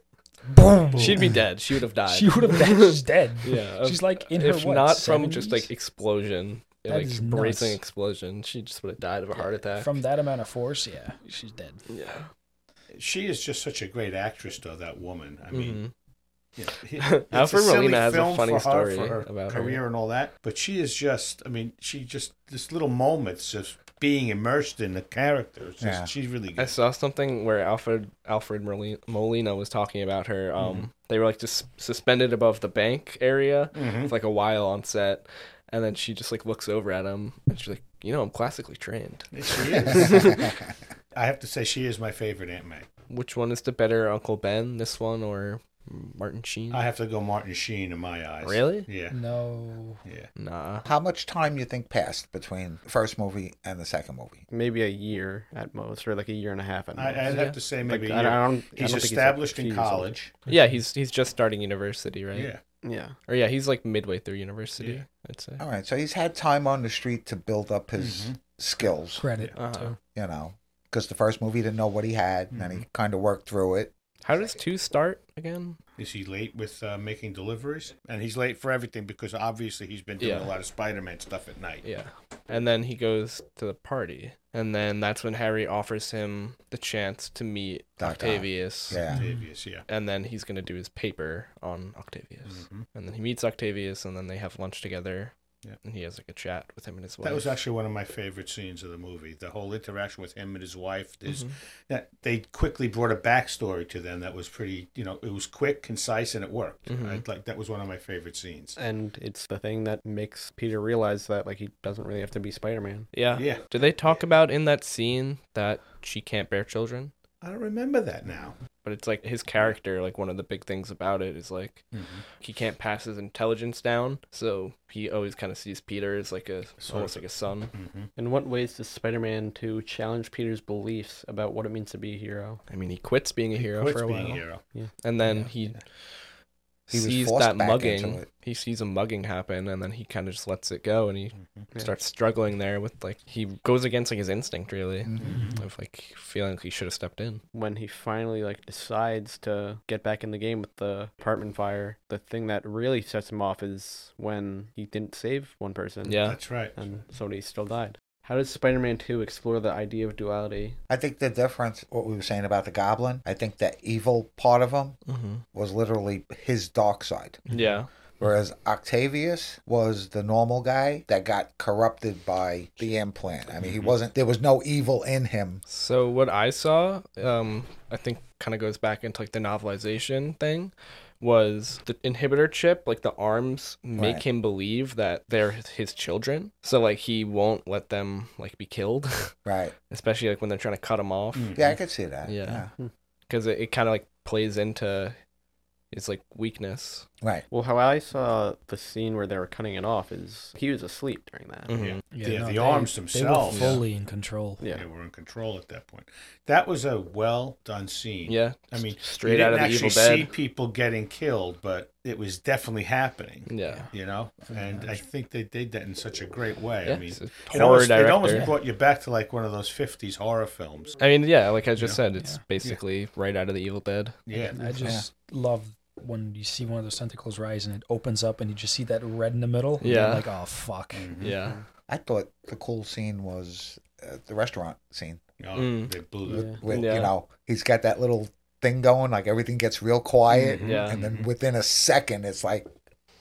S3: boom.
S4: she'd be dead she would have died
S3: She would have
S4: (laughs)
S3: died. She's dead.
S4: yeah
S3: She's like in her
S4: if
S3: what,
S4: not from just
S3: 70s?
S4: like explosion
S3: That
S4: like
S3: is
S4: bracing
S3: nuts.
S4: explosion she just would have died of a heart attack
S3: From that amount of force, yeah, she's dead.
S4: yeah
S6: She is just such a great actress, though. That woman. I mean,
S4: Mhm.
S6: Yeah,
S4: (laughs)
S6: he-
S4: Alfred
S6: it's a silly
S4: Molina has a
S6: film
S4: funny
S6: for her,
S4: story
S6: for her
S4: about her.
S6: career and all that, but she is just—I mean, she just this little moments of being immersed in the character. It's just-
S5: Yeah.
S6: She's really
S4: I
S6: good.
S4: saw something where Alfred Alfred Merli- Molina was talking about her. Um,
S6: Mm-hmm.
S4: They were like just suspended above the bank area
S6: Mhm.
S4: for like a while on set, and then she just like looks over at him and she's like, "You know, I'm classically trained."
S6: She is.
S4: (laughs)
S6: I have to say, she is my favorite Aunt May.
S4: Which one is the better Uncle Ben? This one or Martin Sheen?
S6: I have to go Martin Sheen in my eyes.
S4: Really?
S6: Yeah,
S3: No,
S6: yeah.
S4: Nah.
S5: How much time you think passed between the first movie and the second movie?
S2: Maybe a year at most, or like a year and a half at most.
S6: I, I'd
S4: Mm. Yeah.
S6: have to say maybe
S2: I
S6: you're-
S2: don't- I don't- I don't
S6: he's
S2: think he's, like,
S6: established
S2: two
S6: in
S2: years old.
S6: college.
S4: Yeah, he's he's just starting university, right?
S6: Yeah,
S2: Yeah.
S4: Or yeah, he's like midway through university.
S6: Yeah. Oh,
S4: I'd say.
S5: All right, so he's had time on the street to build up his
S6: Mhm.
S5: skills,
S3: credit.
S4: Uh-huh.
S3: too.
S5: you know, because the first movie didn't know what he had, and then he kind of worked through it.
S4: How does two start again?
S6: is he late with uh, making deliveries? And he's late for everything because obviously he's been doing
S4: Yeah.
S6: a lot of Spider-Man stuff at night.
S4: Yeah. And then he goes to the party. And then that's when Harry offers him the chance to meet
S5: Doctor.
S4: Octavius.
S5: Yeah.
S6: Octavius, yeah.
S4: And then he's going to do his paper on Octavius.
S6: Mhm.
S4: And then he meets Octavius and then they have lunch together.
S6: Yeah.
S4: And he has like a chat with him and his wife.
S6: That was actually one of my favorite scenes of the movie. The whole interaction with him and his wife. His,
S4: Mhm.
S6: that they quickly brought a backstory to them that was pretty. You know, it was quick, concise, and it worked.
S4: Mhm.
S6: I'd like that was one of my favorite scenes.
S2: And it's the thing that makes Peter realize that like he doesn't really have to be Spider-Man.
S4: Yeah.
S6: Yeah,
S4: Do they talk about in that scene that she can't bear children?
S6: I don't remember that now.
S4: But it's like his character, like one of the big things about it is like he can't pass his intelligence down. So he always kind of sees Peter as like a,
S6: Sort
S4: almost
S6: of.
S4: like a son.
S6: hmm
S2: In what ways does Spider-Man 2 challenge Peter's beliefs about what it means to be a hero?
S4: I mean, he quits being a hero
S6: Quits
S4: for a
S6: being
S4: while.
S6: hero.
S4: and then
S6: Yeah,
S4: he
S6: yeah.
S5: He was
S4: sees
S5: forced
S4: that
S5: back into
S4: mugging.
S5: it.
S4: He sees a mugging happen, and then he kind of just lets it go, and he
S6: Mm-hmm.
S2: Yeah.
S4: starts struggling there with like he goes against like his instinct really
S5: Mhm.
S4: of like feeling like he should have stepped in.
S2: When he finally like decides to get back in the game with the apartment fire, the thing that really sets him off is when he didn't save one person.
S4: Yeah,
S6: That's right.
S2: And so he still died. How does Spider-Man 2 explore the idea of duality?
S5: I think the difference, what we were saying about the Goblin, I think the evil part of him
S4: hmm
S5: was literally his dark side.
S4: yeah,
S5: Whereas Octavius was the normal guy that got corrupted by the implant. I mean,
S4: Mm-hmm.
S5: he wasn't, there was no evil in him.
S4: So what I saw, um, I think kind of goes back into like the novelization thing, was the inhibitor chip, like the arms make
S5: Right.
S4: him believe that they're his children. So like he won't let them like be killed, (laughs)
S5: Right.
S4: especially like when they're trying to cut him off,
S6: Mhm.
S5: Yeah, I could see that.
S4: Mm-hmm. Yeah. because it, it kind of like plays into his like weakness.
S5: Right.
S2: Well, how I saw the scene where they were cutting it off is he was asleep during that.
S6: Mm-hmm.
S4: Mhm.
S6: Yeah, the arms themselves.
S3: They were fully in control.
S2: Yeah.
S6: They were in control at that point. That was a well done scene.
S4: Yeah,
S6: I mean,
S4: straight out of the
S6: actually
S4: Evil
S6: see
S4: Dead.
S6: people getting killed, but it was definitely happening.
S4: Yeah,
S6: you know and i think they did that in such a great way
S4: Mm-hmm. yeah.
S6: i mean
S4: it's a
S6: it
S4: horror
S6: almost, it almost
S4: director.
S6: brought you back to like one of those 50s horror films
S4: I mean, yeah, like I just
S6: Yeah.
S4: said, it's
S3: Yeah.
S4: basically right out of the Evil Dead.
S6: yeah
S3: I just love when you see one of those tentacles rise and it opens up and you just see that red in the middle. and you're
S4: Yeah.
S3: like oh fuck.
S6: Mm. Mm-hmm.
S4: Yeah.
S5: I thought the cool scene was uh, the restaurant scene.
S6: Oh,
S4: Mm.
S6: they blew it
S2: Yeah.
S5: With,
S4: Yeah.
S5: You know, he's got that little thing going, like everything gets real quiet.
S4: Mhm. Yeah.
S5: And then within a second, it's like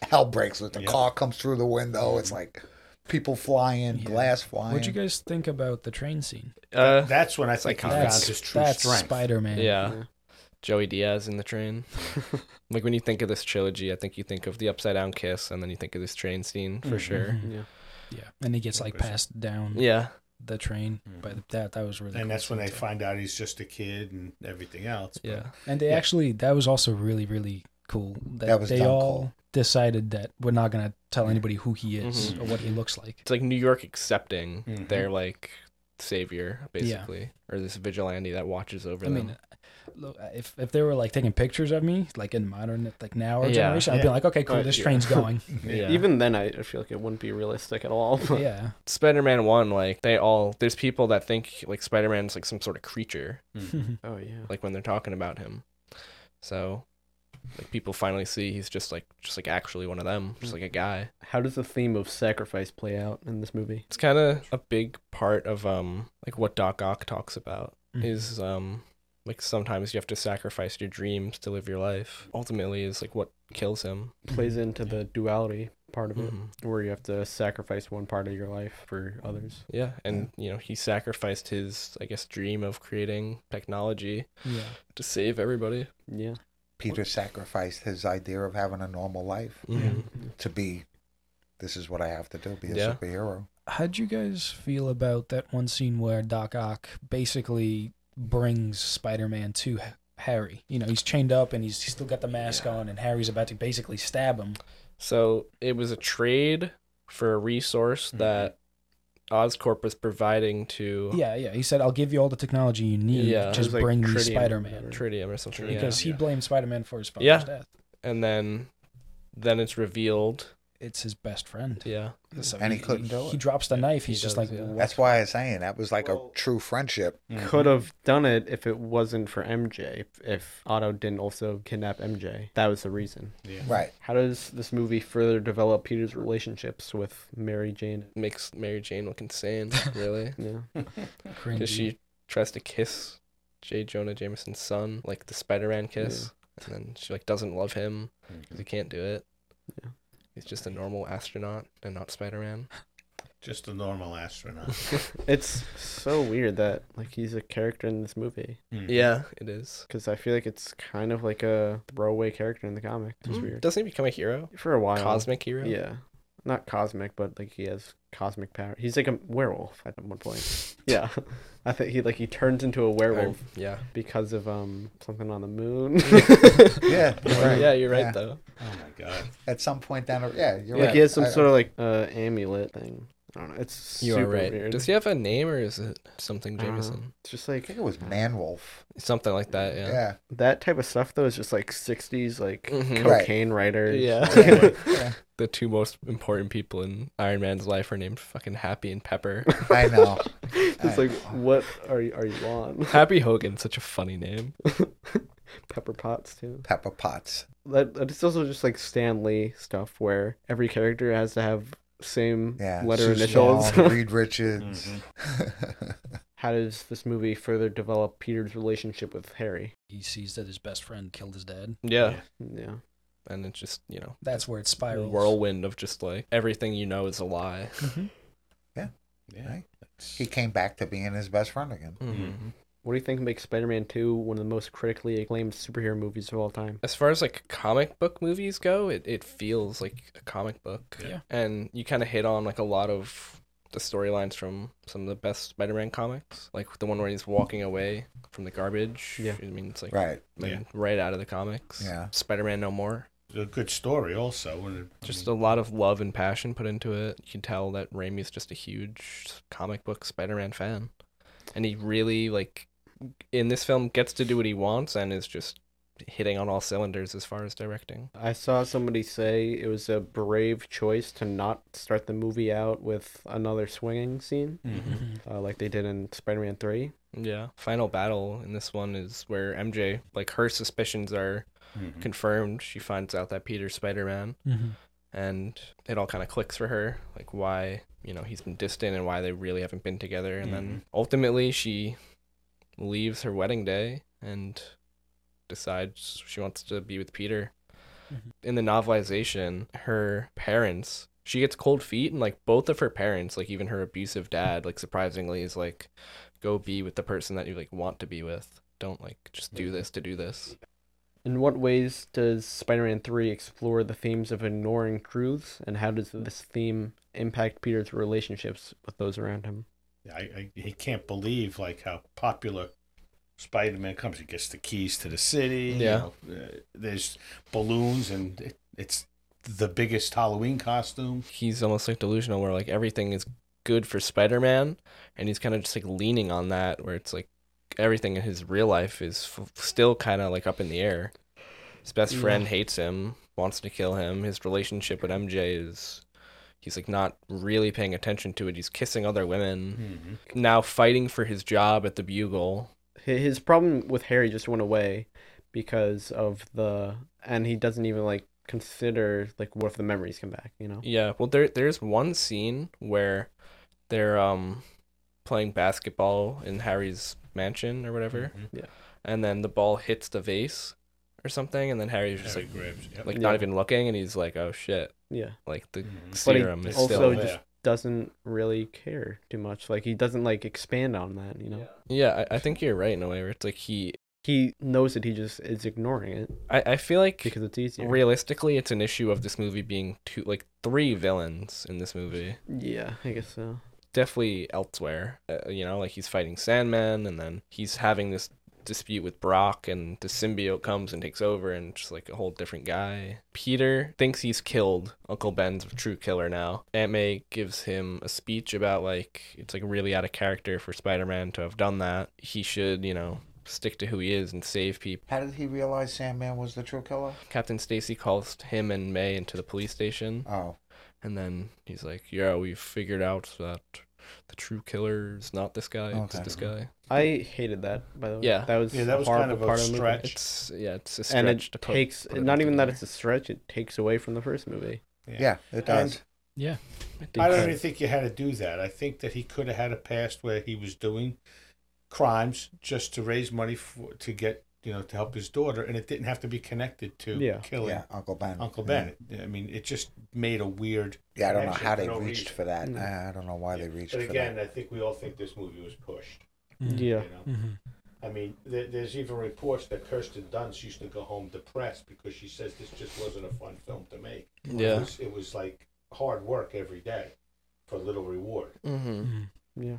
S5: hell breaks loose. The
S6: Yeah.
S5: car comes through the window. It's like people flying,
S3: Yeah.
S5: glass flying.
S3: What'd you guys think about the train scene?
S4: Uh,
S6: that's when i think he found
S3: That's,
S6: his true
S3: that's
S6: strength
S3: Spider-Man.
S4: yeah.
S2: Yeah.
S4: Joey Diaz in the train. like when you think of this trilogy, I think you think of the upside down
S3: Mm-hmm.
S4: kiss, and then you think of this train scene for
S6: Mhm.
S4: sure.
S2: Yeah.
S3: Yeah, and he gets like passed down.
S4: Yeah,
S3: the train. But that that was really
S6: Mm-hmm. and
S3: cool
S6: that's when
S3: too.
S6: they find out he's just a kid and everything else. but-
S4: Yeah.
S3: And they
S6: Yeah.
S3: actually that was also really really cool that,
S5: That was
S3: they
S5: done
S3: all
S5: cool.
S3: decided that we're not gonna tell anybody who he
S4: Mm-hmm.
S3: is or what he looks like.
S4: It's like New York accepting
S6: Mhm.
S4: their like savior basically or this vigilante that watches over
S3: I
S4: them.
S3: mean, look, if if they were like taking pictures of me like in modern like now or
S4: Yeah.
S3: generation, I'd be
S6: Yeah.
S3: like, okay, cool,
S2: Right,
S3: this
S2: yeah.
S4: (laughs)
S3: train's going.
S6: Mm-hmm.
S4: yeah.
S2: Even then, I I feel like it wouldn't be realistic at all. but-
S3: yeah,
S4: Spider-Man 1 like they all there's people that think like Spider-Man's like some sort of creature
S3: (laughs)
S6: Mm-hmm. Mm.
S2: Oh yeah.
S4: like when they're talking about him. So like people finally see he's just like just like actually one of them, just like a guy.
S2: How does the theme of sacrifice play out in this movie?
S4: It's kind of a big part of um like what Doc Ock talks about
S3: Mhm.
S4: is um like sometimes you have to sacrifice your dreams to live your life. Ultimately is like what kills him.
S2: Plays into the duality part of
S4: Mhm.
S2: it, where you have to sacrifice one part of your life for others.
S4: Yeah, and you know he sacrificed his, I guess, dream of creating technology
S3: yeah.
S4: to save everybody.
S2: Yeah.
S5: Peter sacrificed his idea of having a normal life
S2: Mm-hmm.
S4: Mhm.
S5: to be. This is what I have to do. Be a
S4: Yeah.
S5: superhero.
S3: How'd you guys feel about that one scene where Doc Ock basically brings Spider-Man to Ha- Harry? You know, he's chained up and he's, he's still got the mask on, and Harry's about to basically stab him.
S4: So it was a trade for a resource
S2: Mm-hmm.
S4: that Oscorp was providing to
S3: Yeah, yeah. He said, "I'll give you all the technology you need.
S4: Yeah. It
S3: just
S2: was like
S3: bring me
S2: tritium or
S3: Spider-Man."
S2: whatever.
S4: Tritium or something. yeah.
S3: Because he blamed Spider-Man for his father's
S4: Yeah.
S3: death.
S4: and then then it's revealed.
S3: It's his best friend.
S4: Yeah,
S3: So
S5: And he couldn't do
S3: He
S5: it.
S3: drops the knife. He's
S4: He
S3: just
S4: does,
S3: like,
S4: yeah.
S3: "What?"
S5: That's why I was saying that was like a true friendship.
S2: Could have done it if it wasn't for MJ. If Otto didn't also kidnap MJ, that was the reason.
S6: Mm-hmm.
S5: Right.
S2: How does this movie further develop Peter's relationships with Mary Jane?
S4: makes Mary Jane
S2: (laughs)
S4: look insane, really,
S2: Yeah.
S4: because
S3: Cringy.
S4: she tries to kiss J. Jonah Jameson's son, like the Spider-Man kiss, and then she like doesn't love him
S6: (laughs)
S4: because he can't do it.
S2: Yeah.
S4: He's just a normal astronaut and not Spider-Man.
S6: Just a
S4: (laughs)
S6: normal astronaut.
S2: (laughs) It's so weird that like he's a character in this movie
S6: Mhm.
S4: Yeah, it is.
S2: because I feel like it's kind of like a throwaway character in the comic. It's weird
S4: Hmm? Doesn't he become a hero?
S2: for a while.
S4: Mm. Cosmic hero.
S2: Yeah, not cosmic, but like he has cosmic power. He's like a werewolf at one
S4: (laughs)
S2: point. yeah, I think he like he turns into a werewolf
S4: Or- yeah.
S2: because of um something on the moon.
S5: Yeah.
S2: (laughs) Right.
S4: Yeah, you're right
S5: Yeah.
S4: though.
S6: Oh my god.
S5: At some point down, the- yeah, you're
S2: Like
S5: right.
S2: he has some
S5: I-
S2: sort of like uh amulet thing. I don't know. It's
S4: You
S2: super
S4: are right.
S2: weird.
S4: Does he have a name or is it something
S2: I don't know.
S4: Jameson?
S2: It's just
S5: I
S2: like uh,
S5: think it was Manwolf.
S4: something like that.
S5: Yeah.
S4: Yeah.
S2: that type of stuff though is just like 60s like
S4: Mhm.
S5: Right.
S2: cocaine writers (laughs)
S4: Yeah.
S5: (laughs) Yeah.
S4: the two most important people in Iron Man's life are named fucking Happy and Pepper. (laughs)
S5: I know.
S2: it's like what are you are you on
S4: Happy Hogan, such a funny name.
S2: pepper pots too
S5: Pepper Potts.
S2: that, that is also just like stan lee stuff where every character has to have same
S5: Yeah.
S2: letter
S5: Sue
S2: initials
S5: Storm, Reed Richards.
S2: (laughs)
S5: (laughs)
S2: how does this movie further develop peter's relationship with harry
S3: he sees that his best friend killed his dad.
S4: Yeah.
S6: Yeah.
S2: yeah
S4: And it's just you know
S3: That's where it spirals.
S4: whirlwind of just like everything you know is a
S2: (laughs)
S4: lie.
S6: Yeah.
S5: Right. He came back to being his best friend again.
S4: Mhm.
S2: what do you think makes spider-man 2 one of the most critically acclaimed superhero movies of all time
S4: As far as like comic book movies go, it, it feels like a comic book.
S3: Yeah.
S4: And you kind of hit on like a lot of the storylines from some of the best Spider-Man comics, like the one where he's walking away from the garbage.
S2: Yeah.
S4: I mean, it's like
S5: Right.
S4: like,
S6: Yeah.
S4: right out of the comics.
S5: Yeah.
S4: Spider-Man No More.
S6: A good story also. and it- I
S4: Just
S6: mean,
S4: a lot of love and passion put into it. You can tell that Raimi's just a huge comic book Spider-Man fan, and he really like in this film gets to do what he wants and is just hitting on all cylinders as far as directing.
S2: I saw somebody say it was a brave choice to not start the movie out with another swinging scene,
S6: hmm,
S3: Mhm.
S2: uh, like they did in Spider-Man Three.
S4: Yeah. Final battle in this one is where MJ like her suspicions are
S6: mhm.
S4: confirmed. She finds out that Peter's Spider-Man,
S3: Mhm.
S4: and it all kind of clicks for her like why you know he's been distant and why they really haven't been together and then ultimately she leaves her wedding day and decides she wants to be with peter
S3: Mhm.
S4: in the novelization her parents she gets cold feet and like both of her parents like even her abusive dad like surprisingly is like go be with the person that you like want to be with don't like just do this to do this
S2: In what ways does Spider-Man Three explore the themes of ignoring truths, and how does this theme impact Peter's relationships with those around him?
S6: I, I he can't believe like how popular Spider-Man comes. He gets the keys to the city.
S4: Yeah.
S6: You know, uh, there's balloons, and it, it's the biggest Halloween costume.
S4: he's almost like delusional where like everything is good for spider-man and he's kind of just like leaning on that where it's like everything in his real life is f- still kind of like up in the air his best friend hates him wants to kill him his relationship with mj is he's like not really paying attention to it he's kissing other women
S6: Mm-hmm.
S4: now fighting for his job at the bugle
S2: Hi- His problem with Harry just went away because of the, and he doesn't even like consider like what if the memories come back, you know?
S4: Yeah, well there there's one scene where they're um playing basketball in Harry's mansion or whatever.
S2: Yeah.
S4: And then the ball hits the vase or something and then Harry's just like
S6: grabs. Yep.
S4: like not
S2: Yeah.
S4: even looking and he's like, Oh shit.
S2: Yeah.
S4: Like the
S6: Mhm.
S2: But he
S4: serum is
S2: also
S4: still
S2: just
S6: Yeah.
S2: doesn't really care too much. Like he doesn't like expand on that, you know?
S4: Yeah, I, I think you're right in a way where it's like he
S2: He knows it. He just is ignoring it
S4: I, I feel like
S2: because it's easier.
S4: realistically it's an issue of this movie being two like three villains in this movie.
S2: yeah, I guess so.
S4: definitely elsewhere. Uh, you know, like he's fighting Sandman, and then he's having this dispute with Brock, and the symbiote comes and takes over, and just like a whole different guy. Peter thinks he's killed Uncle Ben's true killer now. Aunt May gives him a speech about like it's like really out of character for Spider-Man to have done that. He should, you know. Stick to who he is and save people.
S5: How did he realize Sandman was the true killer?
S4: Captain Stacy calls him and May into the police station.
S5: Oh,
S4: And then he's like, "Yeah, we figured out that the true killer is not this guy. It's
S5: Okay.
S4: this guy.
S2: I hated that. By the way,
S4: Yeah.
S2: that was
S6: Yeah, that was
S2: a horrible
S6: kind of a
S2: part of the movie.
S6: stretch.
S4: It's yeah, it's a stretch
S2: and it
S4: to put,
S2: takes
S4: put it
S2: not
S4: all
S2: even that it's
S4: together.
S2: a stretch. It takes away from the first movie.
S5: yeah, it does.
S6: And-
S4: think
S6: I don't
S4: so.
S6: even think you had to do that. I think that he could have had a past where he was doing crimes just to raise money for, to get you know to help his daughter, and it didn't have to be connected to
S2: Yeah.
S6: killing
S5: yeah, Uncle Ben.
S6: Uncle Ben. I mean, it just made a weird.
S5: Yeah, I don't know
S6: connection
S5: how
S6: for
S5: they
S6: no
S5: reached
S6: reason.
S5: for that.
S2: No.
S5: I I don't know why they reached
S6: But
S5: for
S6: again,
S5: that.
S6: I think we all think this movie was pushed.
S2: Yeah.
S6: You know?
S3: Mm-hmm.
S6: I mean, there, there's even reports that Kirsten Dunst used to go home depressed because she says this just wasn't a fun film to make. It
S4: Yeah.
S6: was, it was like hard work every day for little reward.
S4: Mm-hmm.
S2: Yeah,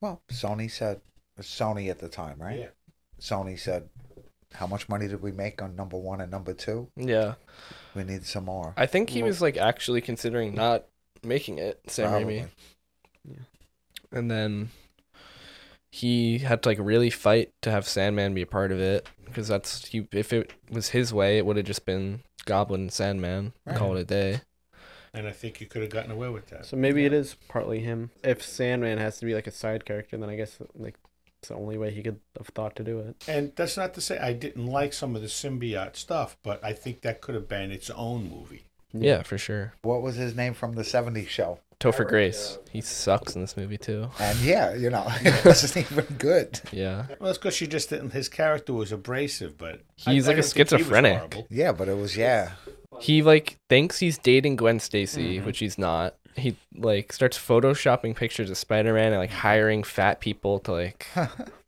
S5: Well, Sony said Sony at the time, right?
S6: Yeah.
S5: Sony said, "How much money did we make on number one and number two?
S4: Yeah.
S5: We need some more."
S4: I think he
S2: Well-
S4: was like actually considering not making it, Sam Raimi,
S5: Probably.
S4: and then he had to like really fight to have Sandman be a part of it because that's he. If it was his way, it would have just been Goblin and Sandman.
S5: Right.
S4: Call it a day.
S6: And I think you could have gotten away with that.
S2: so maybe it is partly him. If Sandman has to be like a side character, then I guess like it's the only way he could have thought to do it.
S6: And that's not to say I didn't like some of the symbiote stuff, but I think that could have been its own movie.
S4: Yeah, for sure.
S5: What was his name from the '70s show?
S4: Topher Grace. He sucks in this movie too.
S5: And yeah,
S4: (laughs)
S5: you know, it wasn't even good.
S4: Yeah.
S6: Well, it's because you just didn't. His character was abrasive, but I-
S4: He's
S6: I
S4: like a
S6: don't think he was
S4: schizophrenic.
S6: horrible.
S5: Yeah, but it was yeah.
S4: He like thinks he's dating Gwen Stacy, which he's not. He like starts photoshopping pictures of Spider-Man and like hiring fat people to like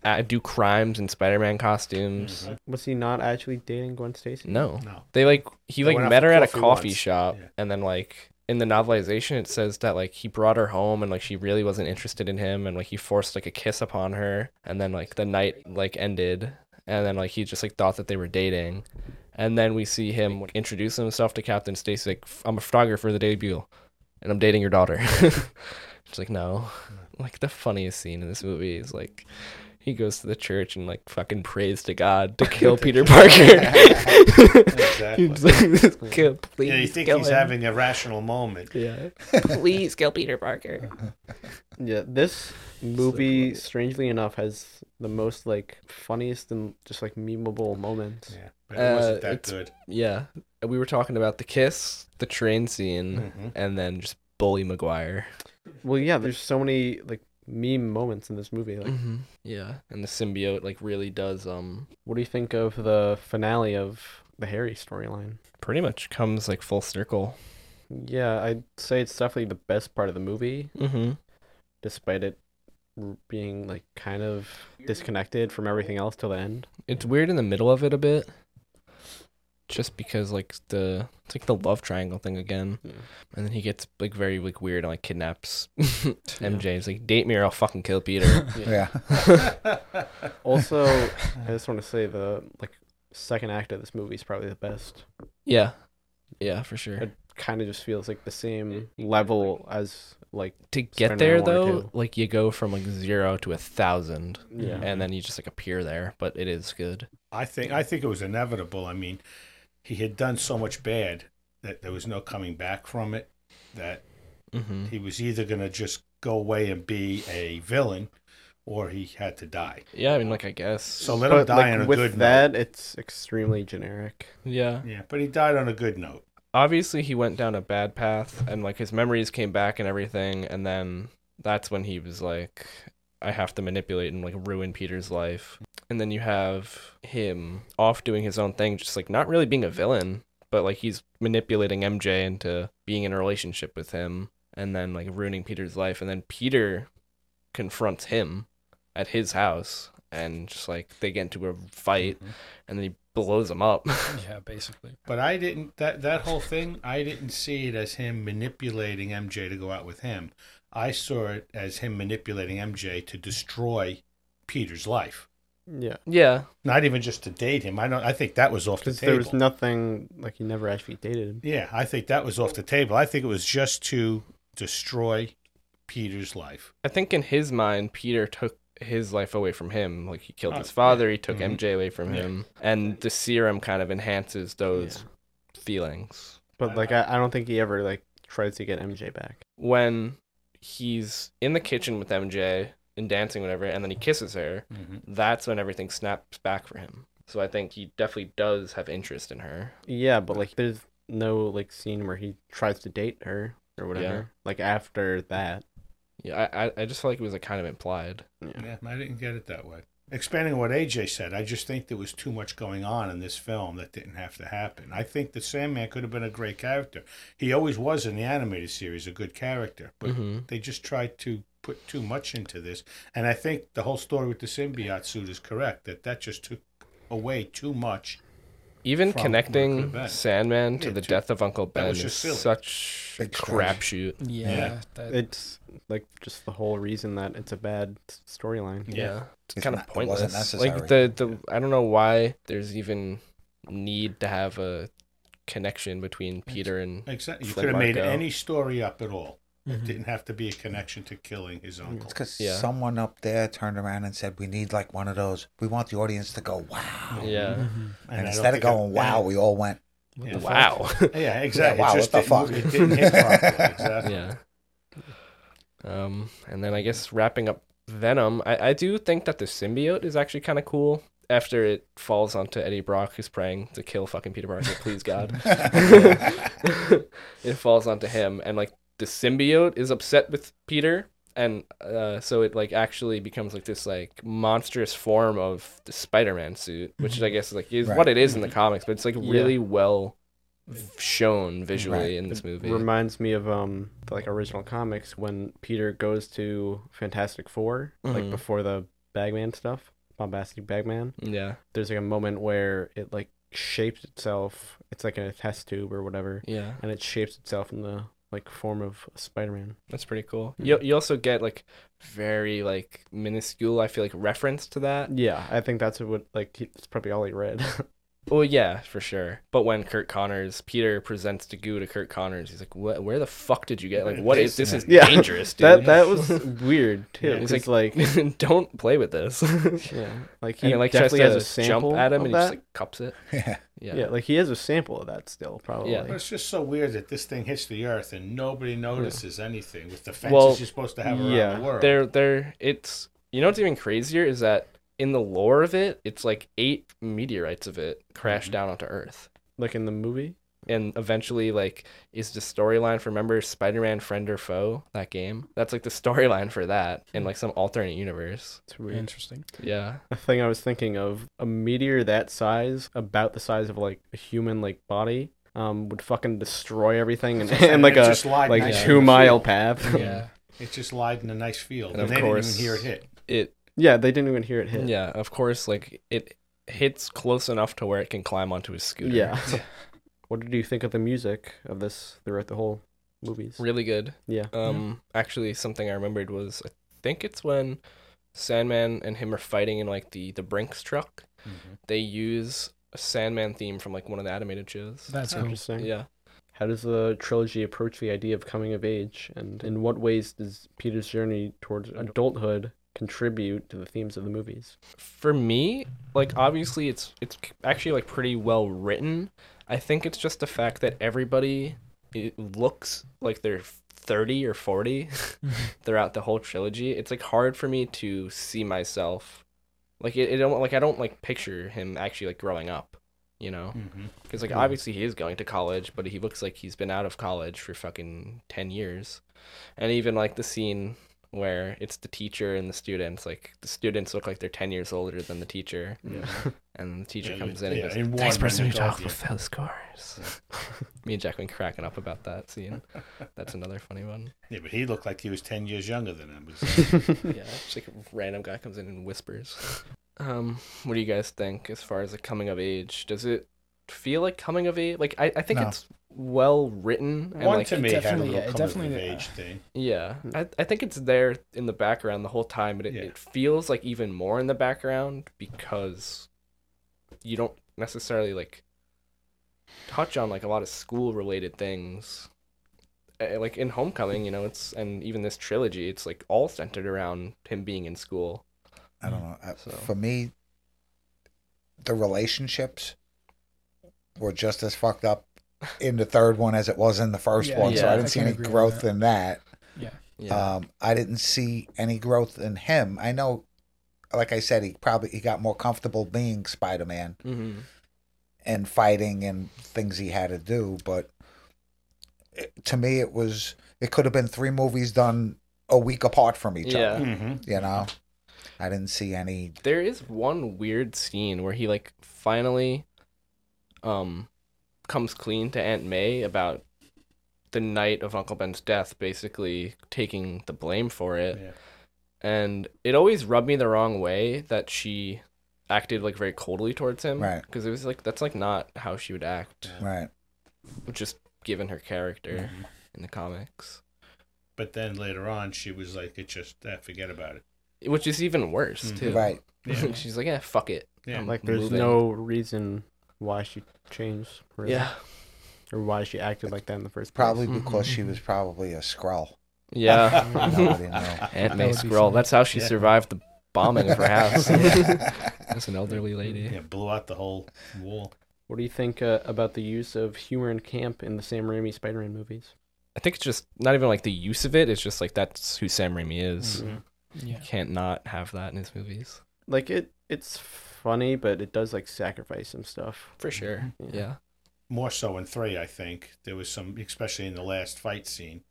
S4: uh, do crimes in Spider-Man costumes.
S2: Was he not actually dating Gwen Stacy?
S4: No. (laughs)
S6: No.
S4: They like he
S6: They
S4: like
S6: went out
S4: met
S6: for
S4: her at a
S6: coffee
S4: coffee
S6: once.
S4: shop
S6: Yeah.
S4: and then like in the novelization it says that like he brought her home and like she really wasn't interested in him and like he forced like a kiss upon her and then like the night like ended and then like he just like thought that they were dating and then we see him like, introduce himself to Captain Stacy like "F- I'm a photographer of the Daily Bugle and I'm dating your daughter. (laughs) She's like no. Like the funniest scene in this movie is like he goes to the church and like fucking prays to God to
S6: (laughs)
S4: kill Peter Parker. (laughs)
S6: Exactly.
S4: please
S6: Yeah, you think
S4: kill
S6: he's
S4: him.
S6: having a
S4: (laughs)
S6: rational moment.
S2: Yeah.
S4: please kill Peter Parker.
S2: Yeah, this movie, strangely enough, has the most like funniest and just like memeable moments.
S6: Yeah, but it wasn't
S4: Uh,
S6: that
S4: it's-
S6: good.
S4: Yeah, we were talking about the kiss, the train scene,
S6: Mhm.
S4: and then just bully McGuire.
S2: Well, yeah, there's so many like meme moments in this movie.
S4: Mm.
S2: Like,
S4: Mm-hmm. Yeah, and the symbiote like really does um
S2: what do you think of the finale of the Harry storyline?
S4: pretty much comes like full circle.
S2: Yeah, I'd say it's definitely the best part of the movie,
S4: Mm-hmm.
S2: despite it r- being like kind of disconnected from everything else till the end.
S4: It's weird in the middle of it a bit. just because like the it's like the love triangle thing again,
S2: Yeah.
S4: and then he gets like very like weird and like kidnaps (laughs) MJ. He's like, date me or I'll fucking
S3: (laughs)
S4: kill (laughs) Peter.
S5: (laughs) Yeah.
S4: (laughs)
S6: Mm-hmm.
S2: Also, I just want to say the like second act of this movie is probably the best.
S4: yeah, yeah, for sure.
S2: It kind of just feels like the same level as like
S4: to get
S2: Spider-Man
S4: there
S2: one or
S4: though,
S2: two.
S4: like you go from like zero to a thousand,
S2: yeah.
S4: and then you just like appear there. But it is good.
S6: (laughs) I think I think it was inevitable. I mean, he had done so much bad that there was no coming back from it. That
S4: Mm-hmm.
S6: he was either going to just go away and be a villain, or he had to die.
S4: Yeah, I mean, like I guess.
S6: So
S4: So
S6: let him
S2: But,
S6: die
S2: like,
S6: on a
S2: with
S6: good
S2: that, it's extremely generic.
S4: yeah,
S6: note. Yeah, but he died on a good note.
S4: obviously he went down a bad path, and like his memories came back and everything, and then that's when he was like, I have to manipulate and like ruin Peter's life, and then you have him off doing his own thing, just like not really being a villain, but like he's manipulating MJ into being in a relationship with him, and then like ruining Peter's life, and then Peter confronts him at his house and just like they get into a fight and then he blows him up. (laughs)
S3: Yeah, basically.
S6: But I didn't that that whole thing. I didn't see it as him manipulating MJ to go out with him. I saw it as him manipulating MJ to destroy Peter's life.
S2: Yeah,
S4: yeah.
S6: Not even just to date him. I don't. I think that was off the
S2: because
S6: table.
S2: there was nothing like he never actually dated him.
S6: Yeah, I think that was off the table. I think it was just to destroy Peter's life.
S4: I think in his mind Peter took his life away from him. Like he killed
S6: Oh,
S4: his father, he took
S6: Mhm.
S4: MJ away from
S6: Yeah.
S4: him. And the serum kind of enhances those feelings.
S2: But like I, I don't think he ever like tries to get MJ back.
S4: when he's in the kitchen with MJ and dancing, whatever, and then he kisses her,
S2: Mm-hmm.
S4: that's when everything snaps back for him. So I think he definitely does have interest in her.
S2: Yeah, but like there's no like scene where he tries to date her or whatever. Like after that.
S4: Yeah, I, I, I just feel like it was like kind of implied.
S6: Yeah, I didn't get it that way. Expanding on what AJ said, I just think there was too much going on in this film that didn't have to happen. I think the Sandman could have been a great character. He always was in the animated series a good character, but
S5: Mm-hmm.
S4: Mhm.
S6: they just tried to put too much into this. And I think the whole story with the symbiote suit is correct that that just took away too much.
S4: Even
S6: From Uncle
S4: connecting
S6: Ben.
S4: Sandman to
S6: Yeah,
S4: the
S6: to-
S4: death of Uncle
S6: that
S4: Ben
S6: was
S4: is
S6: just silly.
S4: such a
S5: Big stretch.
S4: crapshoot.
S3: Yeah,
S6: Yeah.
S3: that
S2: It's like just the whole reason that it's a bad s- storyline.
S4: Yeah. It's,
S5: It's
S4: kind of
S5: not- it wasn't
S4: pointless.
S5: necessary.
S4: like the, the I don't know why there's even need to have a connection between Peter and
S6: Exactly. You
S4: Flint
S6: could have made
S4: Marko.
S6: any story up at all. It
S3: Mhm.
S5: Mm-hmm.
S6: didn't have to be a connection to killing his uncle.
S5: (laughs) It's because
S4: Yeah.
S5: someone up there turned around and said, "We need like one of those. We want the audience to go wow."
S4: Yeah.
S3: Mhm.
S5: And, instead
S6: I don't
S5: of
S6: think it-
S5: going wow, we all went. (laughs)
S6: Yeah.
S3: the fuck?
S4: Wow.
S6: Yeah, exactly.
S5: wow,
S6: it
S5: what
S6: just
S5: the
S6: didn't-
S5: fuck?
S6: It didn't hit properly. Exactly.
S4: yeah. Um, and then I guess wrapping up Venom, I, I do think that the symbiote is actually kind of cool after it falls onto Eddie Brock, who's praying to kill fucking Peter Parker, please
S5: (laughs)
S4: God. (laughs) it falls onto him, and like the symbiote is upset with Peter, and uh, so it like actually becomes like this like monstrous form of the Spider-Man suit, which I guess like is what
S5: Right.
S4: it is in the comics, but it's like
S2: Yeah.
S4: really well shown visually
S5: Right.
S4: in this
S2: It
S4: movie.
S2: Reminds me of um the, like original comics when Peter goes to Fantastic 4 like
S4: Mhm.
S2: before the Bagman stuff, bombastic Bagman.
S4: yeah,
S2: There's like a moment where it like shapes itself. It's like in a test tube or whatever,
S4: yeah.
S2: and it shapes itself in the like form of Spider-Man.
S4: That's pretty cool. You you also get like very like minuscule. I feel like reference to that.
S2: Yeah, I think that's what like he- it's probably all he read. (laughs)
S4: Oh yeah, for sure. But when Kurt Connors, Peter presents Goo to Kurt Connors, he's like, "What? Where the fuck did you get? Like, what is this? Is
S2: Yeah. (laughs)
S4: dangerous, dude.
S2: that
S4: (laughs)
S2: that was weird too.
S6: Yeah,
S4: it's
S2: it's like,
S4: (laughs) Don't play with this." (laughs)
S2: yeah, like he
S4: and it, like tries
S2: definitely
S4: to
S2: has a sample
S4: jump at him
S2: of
S4: and
S2: that.
S4: he just like cups it.
S5: yeah.
S4: Yeah.
S2: yeah. like he has a sample of that still probably.
S6: But it's just so weird that this thing hits the earth and nobody notices anything with the fences
S4: Well,
S6: you're supposed to have around
S2: yeah,
S6: the world.
S4: They're they're it's you know what's even crazier is that in the lore of it, it's like eight meteorites of it crash
S2: Mm-hmm.
S4: down onto Earth.
S2: Like in the movie.
S4: and eventually like is the storyline for remember spider-man friend or foe that game that's like the storyline for that in like some alternate universe
S2: It's weird. (laughs)
S3: interesting.
S4: yeah
S2: a thing I was thinking of a meteor that size, about the size of like a human like body, um, would fucking destroy everything
S4: (laughs)
S2: and, and like
S6: it
S2: a
S6: just lied
S2: like
S6: nice
S2: two
S6: in the
S2: mile
S6: field.
S2: path. (laughs)
S3: Yeah.
S6: It just lied in a nice field.
S4: And
S6: And,
S4: of
S6: they
S4: course-
S6: didn't even hear it hit.
S4: it
S2: yeah, they didn't even hear it hit.
S4: yeah of course like it hits close enough to where it can climb onto his scooter. (laughs)
S2: Yeah. what did you think of the music of this throughout the whole movies?
S4: Really good.
S2: Yeah.
S4: Um, actually, something I remembered was I think it's when Sandman and him are fighting in like the the Brinks truck.
S2: Mm-hmm.
S4: They use a Sandman theme from like one of the animated shows.
S3: That's cool.
S2: Interesting.
S4: yeah.
S2: How does the trilogy approach the idea of coming of age, and in what ways does Peter's journey towards adulthood contribute to the themes of the movies?
S4: For me, like obviously it's it's actually like pretty well written. I think it's just the fact that everybody it looks like they're 30 or 40 (laughs) throughout the whole trilogy. It's like hard for me to see myself like it, it don't like I don't like picture him actually like growing up, you know.
S6: Mm-hmm.
S4: Because like obviously he is going to college, but he looks like he's been out of college for fucking ten years, and even like the scene where it's the teacher and the students, like the students look like they're ten years older than the teacher,
S2: Yeah.
S4: and the teacher
S6: Yeah,
S4: comes
S6: yeah,
S4: in and goes,
S6: in one
S4: "Next person who
S6: minute,
S4: talks
S6: yeah.
S4: will fail scores." (laughs) Me and Jack been cracking up about that scene.
S6: (laughs)
S4: That's another funny one.
S6: Yeah, but he looked like he was ten years younger than him.
S4: (laughs) Yeah, just like a random guy comes in and whispers. Um, what do you guys think as far as the coming of age? Does it feel like coming of age? Like I, I think
S3: No.
S4: it's well written (laughs) and
S6: One
S4: like
S6: to
S3: it
S6: me had a
S3: definitely-
S6: little
S3: yeah, it
S6: coming of
S3: definitely,
S6: age
S3: uh,
S6: thing.
S4: yeah. I, I think it's there in the background the whole time, but it,
S6: Yeah.
S4: it feels like even more in the background because you don't necessarily like touch on like a lot of school related things. Eh, Like in Homecoming, you know, it's and even this trilogy, it's like all centered around him being in school.
S5: I don't know. I-
S4: So-
S5: For me, the relationships were just as fucked up in the third one as it was in the first
S3: Yeah,
S5: one. so
S4: yeah,
S5: I didn't
S3: I
S5: see
S3: can
S5: any
S3: agree with
S5: growth
S3: that.
S5: in that.
S3: Yeah.
S4: Yeah.
S5: Um, I didn't see any growth in him. I know, like I said, he probably he got more comfortable being Spider Man
S4: mm-hmm.
S5: and fighting and things he had to do, but it, to me, it was it could have been three movies done a week apart from each
S4: Yeah.
S5: other.
S6: Mm-hmm.
S5: You know, I didn't see any.
S4: There is one weird scene where he like finally um comes clean to Aunt May about the night of Uncle Ben's death basically taking the blame for it.
S6: Yeah.
S4: And it always rubbed me the wrong way that she acted like very coldly towards him
S5: Right.
S4: because it was like that's like not how she would act
S5: Right.
S4: just given her character in the comics
S6: But then later on, she was like, "It just eh, forget about it."
S4: which is even worse
S6: Mhm.
S4: too
S5: Right.
S4: (laughs)
S6: Yeah.
S4: she's like yeah fuck it
S6: Yeah.
S4: I'm
S2: Like, there's
S4: moving."
S2: no reason why she changed, really,
S4: yeah
S2: or why she acted like that in the first place.
S5: Probably
S4: Mhm.
S5: because she was probably a Skrull.
S4: yeah (laughs)
S5: (laughs) Nobody knew.
S4: Aunt
S3: would
S4: May
S3: be
S4: Scroll.
S3: funny.
S4: That's how she
S6: Yeah.
S4: survived the
S1: (laughs)
S4: bombing of her
S5: (laughs)
S4: house. (laughs) Mm-hmm. That's an elderly lady.
S6: Yeah, blew out the whole wall.
S2: What do you think uh, about the use of humor and camp in the Sam Raimi Spider-Man movies?
S4: I think it's just not even like the use of it. It's just like that's who Sam Raimi is.
S2: Mm-hmm.
S3: Yeah.
S4: You can't not have that in his movies.
S2: Like it, it's funny, but it does like sacrifice some stuff.
S4: For sure.
S2: Mm-hmm.
S4: Yeah.
S6: More so in three, I think there was some, especially in the last fight scene,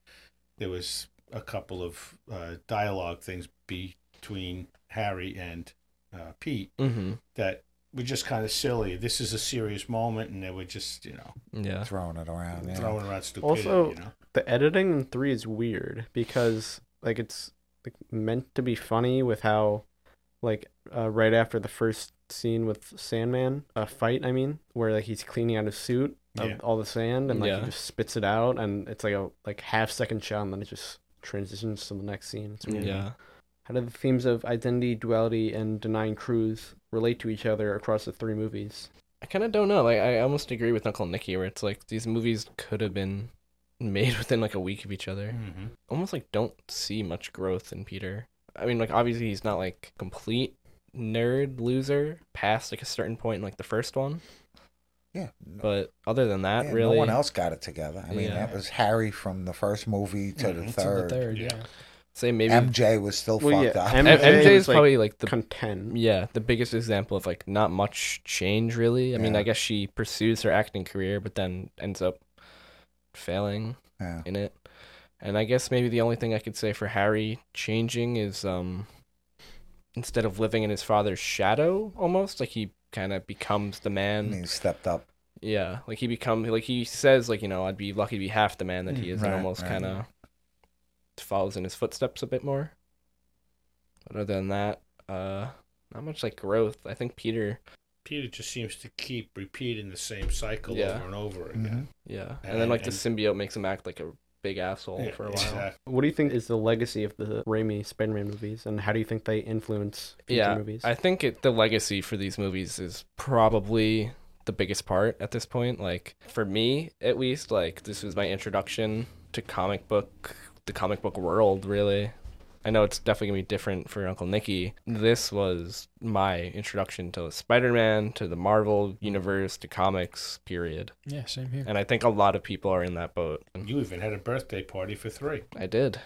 S6: there was a couple of uh, dialogue things between Harry and uh, Pete
S4: Mm-hmm.
S6: that were just kind of silly. This is a serious moment, and they were just, you know,
S4: Yeah.
S5: Throwing it around. Oh, Yeah.
S6: throwing around stupidity.
S2: Also-
S6: you know,
S2: The editing in three is weird because like it's like meant to be funny with how like uh, right after the first scene with Sandman, a fight, I mean, where like he's cleaning out his suit of
S6: Yeah.
S2: all the sand and like
S4: Yeah.
S2: he just spits it out, and it's like a like half second shot, and then it just transitions to the next scene. It's weird.
S4: Yeah.
S2: How do the themes of identity, duality, and denying truths relate to each other across the three movies?
S4: I kind of don't know. Like I almost agree with Uncle Nicky, where it's like these movies could have been made (laughs) within like a week of each other.
S6: mm-hmm.
S4: almost like don't see much growth in Peter. I mean, like obviously he's not like complete nerd loser past like a certain point in like the first one,
S5: Yeah.
S4: but other than that,
S5: Yeah,
S4: really,
S5: No one else got it together. I mean,
S4: Yeah.
S5: that was Harry from the first movie to the
S6: Mhm. To
S3: To the
S5: third.
S3: third,
S6: Yeah.
S3: yeah.
S4: say maybe M-
S5: MJ was still
S2: Well,
S5: fucked
S2: yeah,
S5: up.
S2: M-
S4: MJ,
S2: MJ
S4: is
S2: was, like,
S4: probably like the
S2: Content.
S4: yeah the biggest example of like not much change really. I mean,
S5: Yeah.
S4: I guess she pursues her acting career, but then ends up failing
S5: yeah.
S4: in it. And I guess maybe the only thing I could say for Harry changing is um instead of living in his father's shadow almost, like he kind of becomes the
S5: And
S4: man.
S5: he stepped up.
S4: Yeah, like he become like he says like, you know, I'd be lucky to be half the man that he
S6: Mm,
S4: is
S5: right,
S4: and almost
S5: right.
S4: kind of follows in his footsteps a bit more. But other than that, uh not much like growth. I think Peter
S6: Peter just seems to keep repeating the same cycle
S1: Yeah.
S6: over and over again.
S1: Yeah. And,
S6: And-
S1: then like the
S6: and-
S1: symbiote makes him act like a big asshole
S6: Yeah,
S1: for
S6: (laughs)
S1: a while.
S6: exact-
S2: What do you think is the legacy of the Raimi Spider-Man movies, and how do you think they influence future
S1: Yeah,
S2: movies?
S1: I think it, the legacy for these movies is probably the biggest part at this point. Like for me, at least, like this was my introduction to comic book, the comic book world, really. I know it's definitely gonna be different for Uncle Nicky. This was my introduction to Spider-Man, to the Marvel universe, to comics, period.
S3: Yeah, same here.
S1: And I think a lot of people are in that boat.
S6: You even had a birthday party for three.
S1: I did,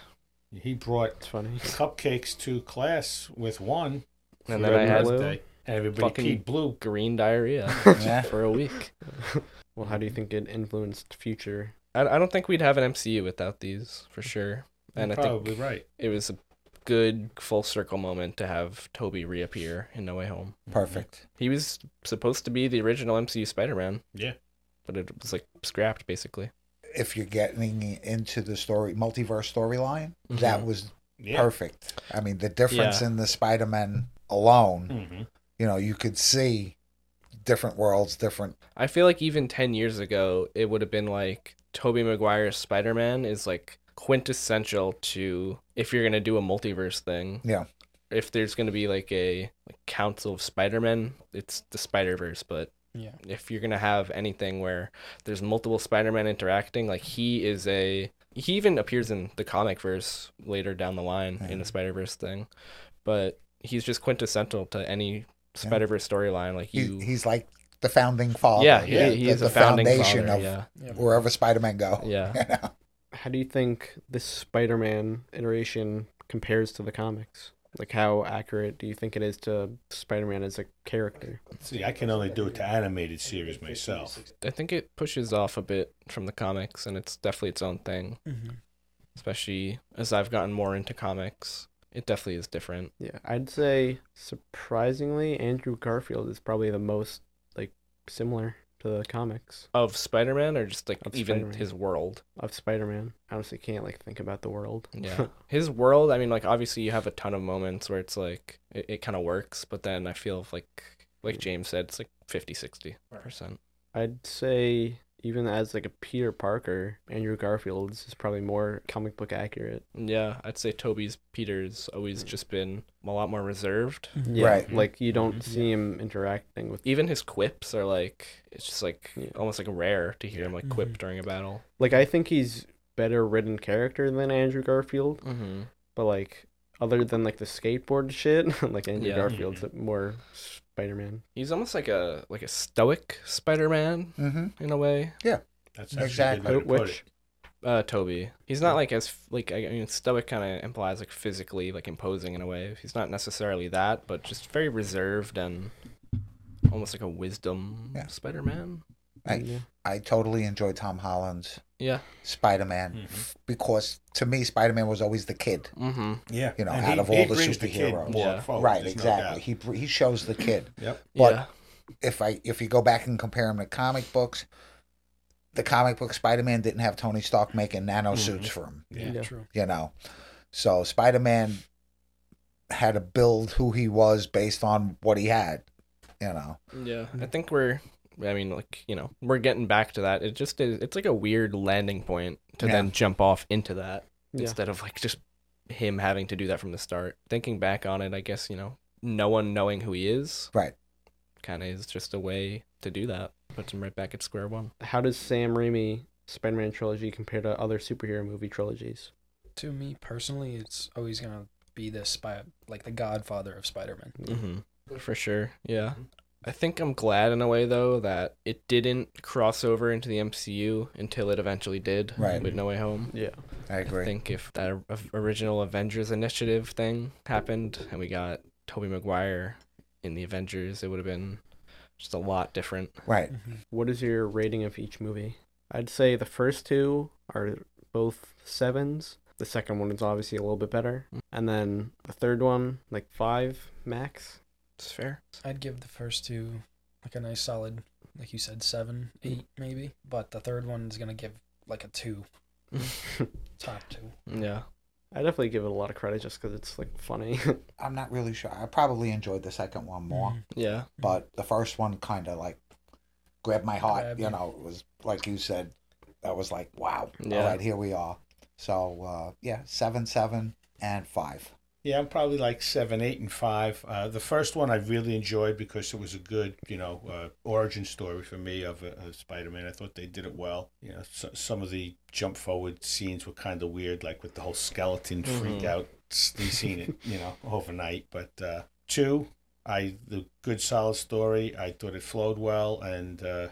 S6: He brought
S2: it's funny.
S6: cupcakes to class with one.
S1: (laughs) and
S6: for
S1: then I
S6: your
S1: had
S2: blue.
S6: birthday, and everybody
S1: Fucking-
S6: peed blue.
S1: green
S4: (laughs)
S1: diarrhea
S5: Yeah.
S1: for a week.
S2: (laughs) well, how do you think it influenced future?
S1: I, I don't think we'd have an MCU without these for sure.
S6: You're
S1: And I think
S6: probably right.
S1: it was a good full circle moment to have Toby reappear in No Way Home.
S5: Perfect.
S1: He was supposed to be the original MCU Spider Man,
S6: Yeah.
S1: but it was like scrapped basically.
S5: If you're getting into the story, multiverse storyline, that
S1: Mhm.
S5: was
S6: Yeah.
S5: perfect. I mean, the difference
S1: Yeah. Mm-hmm.
S5: in the Spider Man alone,
S6: Mhm.
S5: you know, you could see different worlds, different.
S1: I feel like even 10 years ago, it would have been like Toby Maguire's Spider Man is like quintessential to if you're going to do a multiverse thing.
S5: Yeah.
S1: If there's going to be like a like Council of Spider Men, it's the Spider Verse, but
S3: Yeah.
S1: if you're gonna have anything where there's multiple Spider-Man interacting, like he is a he even appears in the comic verse later down the line in
S5: Yeah.
S1: the Spider Verse thing, but he's just quintessential to any Spider Verse storyline. Like
S5: He,
S1: you,
S5: he's like the founding father.
S1: yeah, he,
S6: yeah,
S1: he
S5: the-
S1: is
S5: the
S1: a founding
S5: foundation
S1: father.
S5: of
S1: yeah,
S3: Yeah.
S5: wherever Spider Man go. (laughs)
S1: yeah.
S5: You know?
S2: How do you think this Spider-Man iteration compares to the comics? Like, how accurate do you think it is to Spider-Man as a character?
S6: See, I can only do it to animated series myself.
S1: I think it pushes off a bit from the comics, and it's definitely its own thing.
S3: Mhm.
S1: Especially as I've gotten more into comics, it definitely is different.
S2: Yeah, I'd say surprisingly, Andrew Garfield is probably the most like similar to the comics
S1: Of Spider-Man, or just like
S2: Of
S1: even
S2: Spider-Man.
S1: his world.
S2: (laughs) of Spider-Man. I honestly can't like think about the world. (laughs)
S1: Yeah. His world, I mean, like, obviously you have a ton of moments where it's like, it, it kind of works, but then I feel like, like James said, it's like 50, 60%.
S2: I'd say even as like a Peter Parker, Andrew Garfield's is probably more comic book accurate.
S1: Yeah. I'd say Toby's Peter's
S2: Hmm.
S1: always just been a lot more reserved.
S2: Yeah,
S5: Right.
S2: Like you don't
S6: Mhm.
S2: see him interacting with
S1: Even his quips are like, it's just like
S2: Yeah.
S1: almost like rare to hear him like quip
S3: Mhm.
S1: during a battle.
S2: like I think he's better written character than Andrew Garfield,
S1: Mm-hmm.
S2: but like other than like the skateboard shit, (laughs) like Andrew
S1: Yeah.
S2: Garfield's more Spider-Man.
S1: He's almost like a, like a stoic Spider Man
S5: hmm
S1: in a way.
S6: That's actually
S5: Exactly.
S6: a good way to put
S2: Which
S6: it.
S1: Uh, Toby. He's not like as like I I mean, stoic kind of implies like physically like imposing in a way. He's not necessarily that, but just very reserved and almost like a wisdom
S5: Yeah.
S1: Spider-Man.
S5: Right.
S2: yeah.
S5: I totally enjoy Tom Holland's
S1: Yeah.
S5: Spider Man
S6: Mhm.
S5: because to me, Spider Man was always the kid.
S1: Mm-hmm.
S6: Yeah,
S5: you know,
S6: And
S5: out
S6: he-
S5: of all
S6: he
S5: the
S6: brings kid
S5: superheroes.
S6: more
S1: Yeah.
S6: forward,
S5: right,
S6: there's no
S5: exactly.
S6: doubt.
S5: he br- he shows the kid.
S6: Yep.
S5: But-
S1: yeah.
S5: If I if you go back and compare him to comic books, the comic book Spider Man didn't have Tony Stark making nano suits for him.
S6: Yeah.
S3: Yeah,
S2: Yeah.
S3: true.
S5: you know. So Spider Man had to build who he was based on what he had, you know.
S1: Yeah. I think we're I mean like, you know, we're getting back to that. It just is it's like a weird landing point to
S5: Yeah.
S1: then jump off into that
S2: Yeah.
S1: instead of like just him having to do that from the start. Thinking back on it, I guess, you know, no one knowing who he is.
S5: Right.
S1: Kind of is just a way to do that. Puts him right back at square one.
S2: How does Sam Raimi Spider-Man trilogy compare to other superhero movie trilogies?
S3: To me personally, it's always gonna be the spy, like the Godfather of Spider-Man.
S1: Mm-hmm. For sure. Yeah. I think I'm glad in a way though that it didn't cross over into the MCU until it eventually did
S5: Right.
S1: with No Way Home.
S2: Yeah.
S5: I agree.
S1: I think if that or- original Avengers initiative thing happened and we got Tobey Maguire in the Avengers, it would have been just a lot different.
S5: Right.
S2: What is your rating of each movie? I'd say the first two are both sevens. The second one is obviously a little bit better. And then the third one, like five max.
S1: It's fair.
S3: I'd give the first two like a nice solid, like you said, seven, eight maybe. But the third one's gonna give like a two, top two.
S1: yeah.
S2: I definitely give it a lot of credit just because it's like funny. (laughs)
S5: I'm not really sure. I probably enjoyed the second one more,
S3: Mhm.
S1: Yeah.
S5: but the first one kind of like grabbed my heart.
S3: Grabbed
S5: you
S3: you.
S5: know, it was like you said, that was like, wow. All
S1: Yeah.
S5: right, here we are. So, uh, yeah, seven, seven, and five.
S6: Yeah, I'm probably like seven, eight, and five. Uh, the first one I really enjoyed because it was a good, you know, uh, origin story for me of a, a Spider-Man. I thought they did it well. You know, so, some of the jump forward scenes were kind of weird, like with the whole skeleton freak
S1: Mhm.
S6: out s- they seen it, you know, (laughs) overnight. But uh, two, I the good solid story. I thought it flowed well and uh,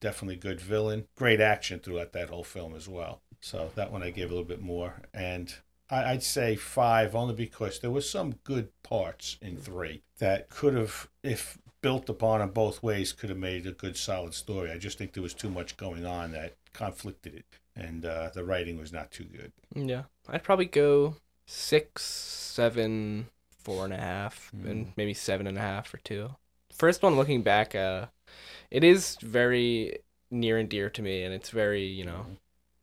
S6: definitely good villain. Great action throughout that whole film as well. So that one I gave a little bit more and. I- I'd say five only because there were some good parts
S5: Mm.
S6: in three that could have, if built upon in both ways, could have made a good solid story. I just think there was too much going on that conflicted it, and uh, the writing was not too good.
S1: Yeah. I'd probably go six, seven, four and a half, and maybe seven and a half or two. First one, looking back, uh, (laughs) it is very near and dear to me, and it's very, you know,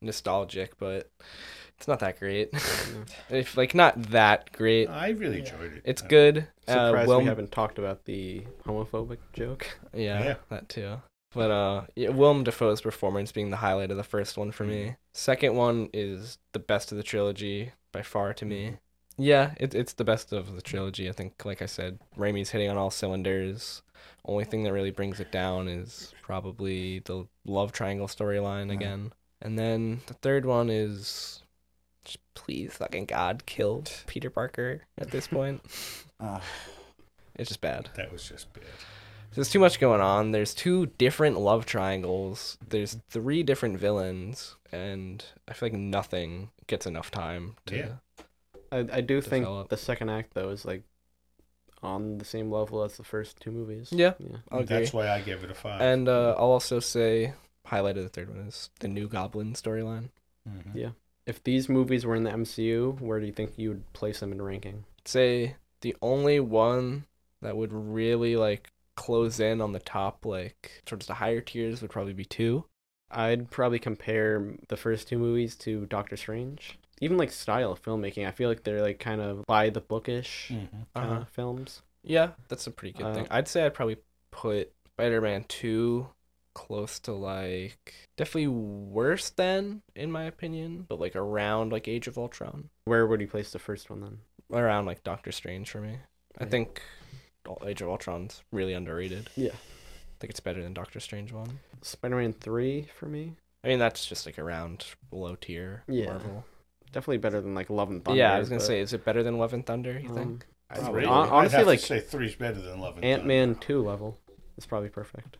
S1: nostalgic, but it's not that great. (laughs) if like not that great,
S6: I really
S3: Yeah.
S6: enjoyed it.
S1: it's
S6: Uh,
S1: good.
S2: Surprised
S1: well-
S2: we haven't talked about the homophobic joke.
S1: Yeah,
S6: Yeah.
S1: that too. But uh, yeah, Willem Dafoe's performance being the highlight of the first one for
S2: Mm-hmm.
S1: me. Second one is the best of the trilogy by far to me.
S2: Mm-hmm.
S1: Yeah, it, it's the best of the trilogy. I think, like I said, Raimi's hitting on all cylinders. Only thing that really brings it down is probably the love triangle storyline
S5: Yeah.
S1: again. And then the third one is just please, fucking God, kill Peter Parker at this point.
S5: Uh,
S1: it's just bad.
S6: That was just bad.
S1: There's too much going on. There's two different love triangles. There's three different villains, and I feel like nothing gets enough time to.
S6: Yeah.
S2: I, I do think
S1: Develop.
S2: the second act though is like on the same level as the first two movies.
S1: Yeah,
S2: Yeah.
S1: I'll agree.
S6: That's why I gave it a five.
S1: and uh, I'll also say highlight of the third one is the new Goblin storyline.
S6: Mhm.
S2: Yeah. If these movies were in the MCU, where do you think you would place them in ranking?
S1: I'd say the only one that would really like close in on the top, like towards the higher tiers, would probably be two.
S2: I'd probably compare the first two movies to Doctor Strange. Even like style of filmmaking, I feel like they're like kind of by the bookish
S6: Mhm.
S2: kind
S1: Uh-huh.
S2: of films.
S1: Yeah, that's a pretty good
S2: Uh,
S1: thing. I'd say I'd probably put Spider Man 2 close to like definitely worse than, in my opinion, but like around like Age of Ultron,
S2: Where would you place the first one then?
S1: around like Doctor Strange for me. I
S2: Yeah.
S1: think Ul- Age of Ultron's really underrated.
S2: Yeah.
S1: I think it's better than Doctor Strange 1.
S2: Spider-Man three for me,
S1: I mean, that's just like around low tier
S2: Yeah.
S1: Marvel.
S2: definitely better than like Love and Thunder.
S1: yeah, I was going to
S2: but,
S1: say, is it better than Love and Thunder, you think?
S2: um,
S6: I'd
S2: Wow,
S6: rate it.
S2: hon-
S6: I'd
S2: honestly,
S6: have to
S2: like-
S6: say three's better than Love and
S2: Ant
S6: Thunder.
S2: Man um, two level is probably perfect.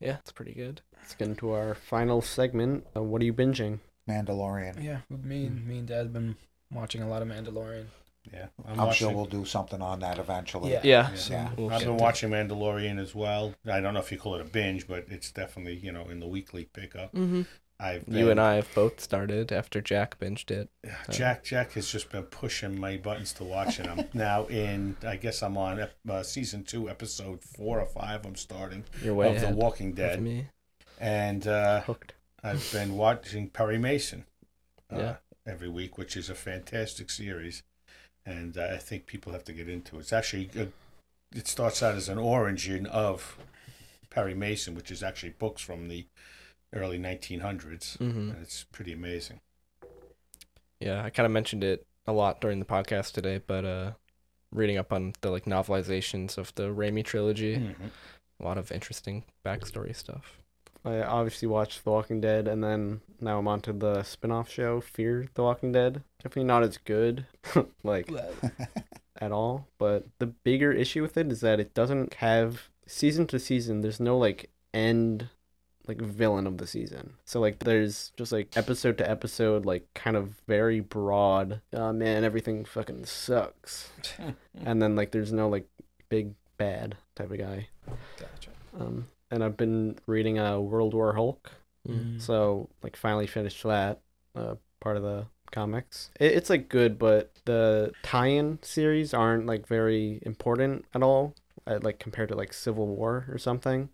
S1: Yeah, it's pretty good.
S2: Let's get into our final segment. Uh, what are you binging?
S5: Mandalorian.
S3: Yeah, me and me and Dad have been watching a lot of Mandalorian.
S6: Yeah,
S5: I'm,
S6: watching-
S5: sure we'll do something on that eventually.
S3: Yeah.
S1: Yeah.
S6: Yeah.
S1: so
S5: Yeah.
S1: we'll
S6: I've
S1: get
S6: been
S1: to-
S6: watching Mandalorian as well. I don't know if you call it a binge, but it's definitely you know in the weekly pickup.
S5: Mm-hmm.
S1: Mhm.
S6: I've
S1: You
S6: been-
S1: and I have both started after Jack binged it.
S6: Jack Jack has just been pushing my buttons to watch, and
S1: (laughs)
S6: I'm now in. I guess I'm on ep- uh, season two, episode four or five. I'm starting
S1: You're way
S6: of The
S1: ahead
S6: Walking
S1: of
S6: Dead,
S1: me.
S6: and uh,
S2: Hooked.
S6: I've been watching Perry Mason uh,
S1: Yeah.
S6: every week, which is a fantastic series, and uh, I think people have to get into it. It's actually a, it starts out as an origin of Perry Mason, which is actually books from the early 1900s,
S1: hmm
S6: and it's pretty amazing.
S1: Yeah, I kind of mentioned it a lot during the podcast today, but uh, reading up on the like novelizations of the Raimi trilogy,
S6: Mhm.
S1: a lot of interesting backstory stuff.
S2: I obviously watched The Walking Dead, and then now I'm onto the spin-off show Fear the Walking Dead. Definitely not as good, (laughs) like
S5: (laughs)
S2: at all. But the bigger issue with it is that it doesn't have season to season. There's no like end, like villain of the season. So like there's just like episode to episode, like kind of very broad. Oh man, everything fucking sucks. and then like there's no like big bad type of guy.
S3: Gotcha.
S2: Um, and I've been reading uh, World War Hulk. Mm.
S3: Mm.
S2: So like finally finished that uh, part of the comics. It, it's like good, but the tie-in series aren't like very important at all. Uh, like compared to like Civil War or something,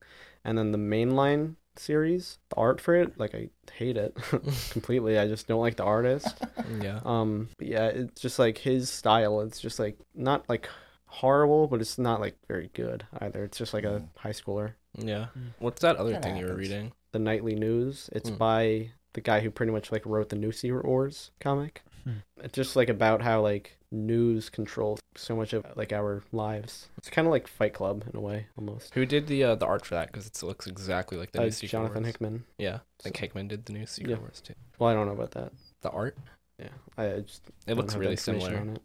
S2: and then the mainline series, the art for it, like I hate it (laughs) completely. I just don't like the artist.
S1: Mm,
S4: Yeah.
S2: Um, but yeah, it's just like his style. It's just like not like horrible, but it's not like very good either. It's just like a high schooler.
S4: Yeah.
S3: Mm.
S4: What's that other
S5: That
S4: thing you were
S5: happens.
S4: reading?
S2: The Nightly News. It's
S4: Hmm.
S2: by the guy who pretty much like wrote the New Sea Wars comic.
S3: Hmm.
S2: It's just like about how like news controls so much of like our lives. It's kind of like Fight Club in a way almost.
S4: Who did the uh, the art for that? Because it looks exactly like the
S2: Uh,
S4: new
S2: it's
S4: Secret
S2: Jonathan
S4: Wars.
S2: Hickman.
S4: Yeah, I think Hickman did the new Secret
S2: Yeah.
S4: Wars too.
S2: Well, I don't know about that.
S4: The art,
S2: Yeah, I I just
S4: it
S2: don't
S4: looks
S2: have the
S4: really
S2: information
S4: similar,
S2: on it.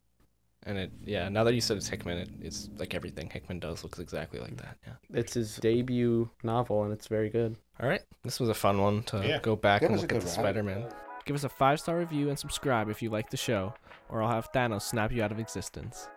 S4: and it yeah. Now that you said it's Hickman, it, it's like everything Hickman does looks exactly
S2: Mm.
S4: like that. Yeah.
S2: It's his debut novel, and it's very good.
S4: All right, this was a fun one to
S6: Yeah.
S4: go back
S5: That
S4: and
S5: was a
S4: look at
S5: good
S4: the
S5: one. I-
S4: Spider Man.
S1: Give us a five star review and subscribe if you like the show, or I'll have Thanos snap you out of existence.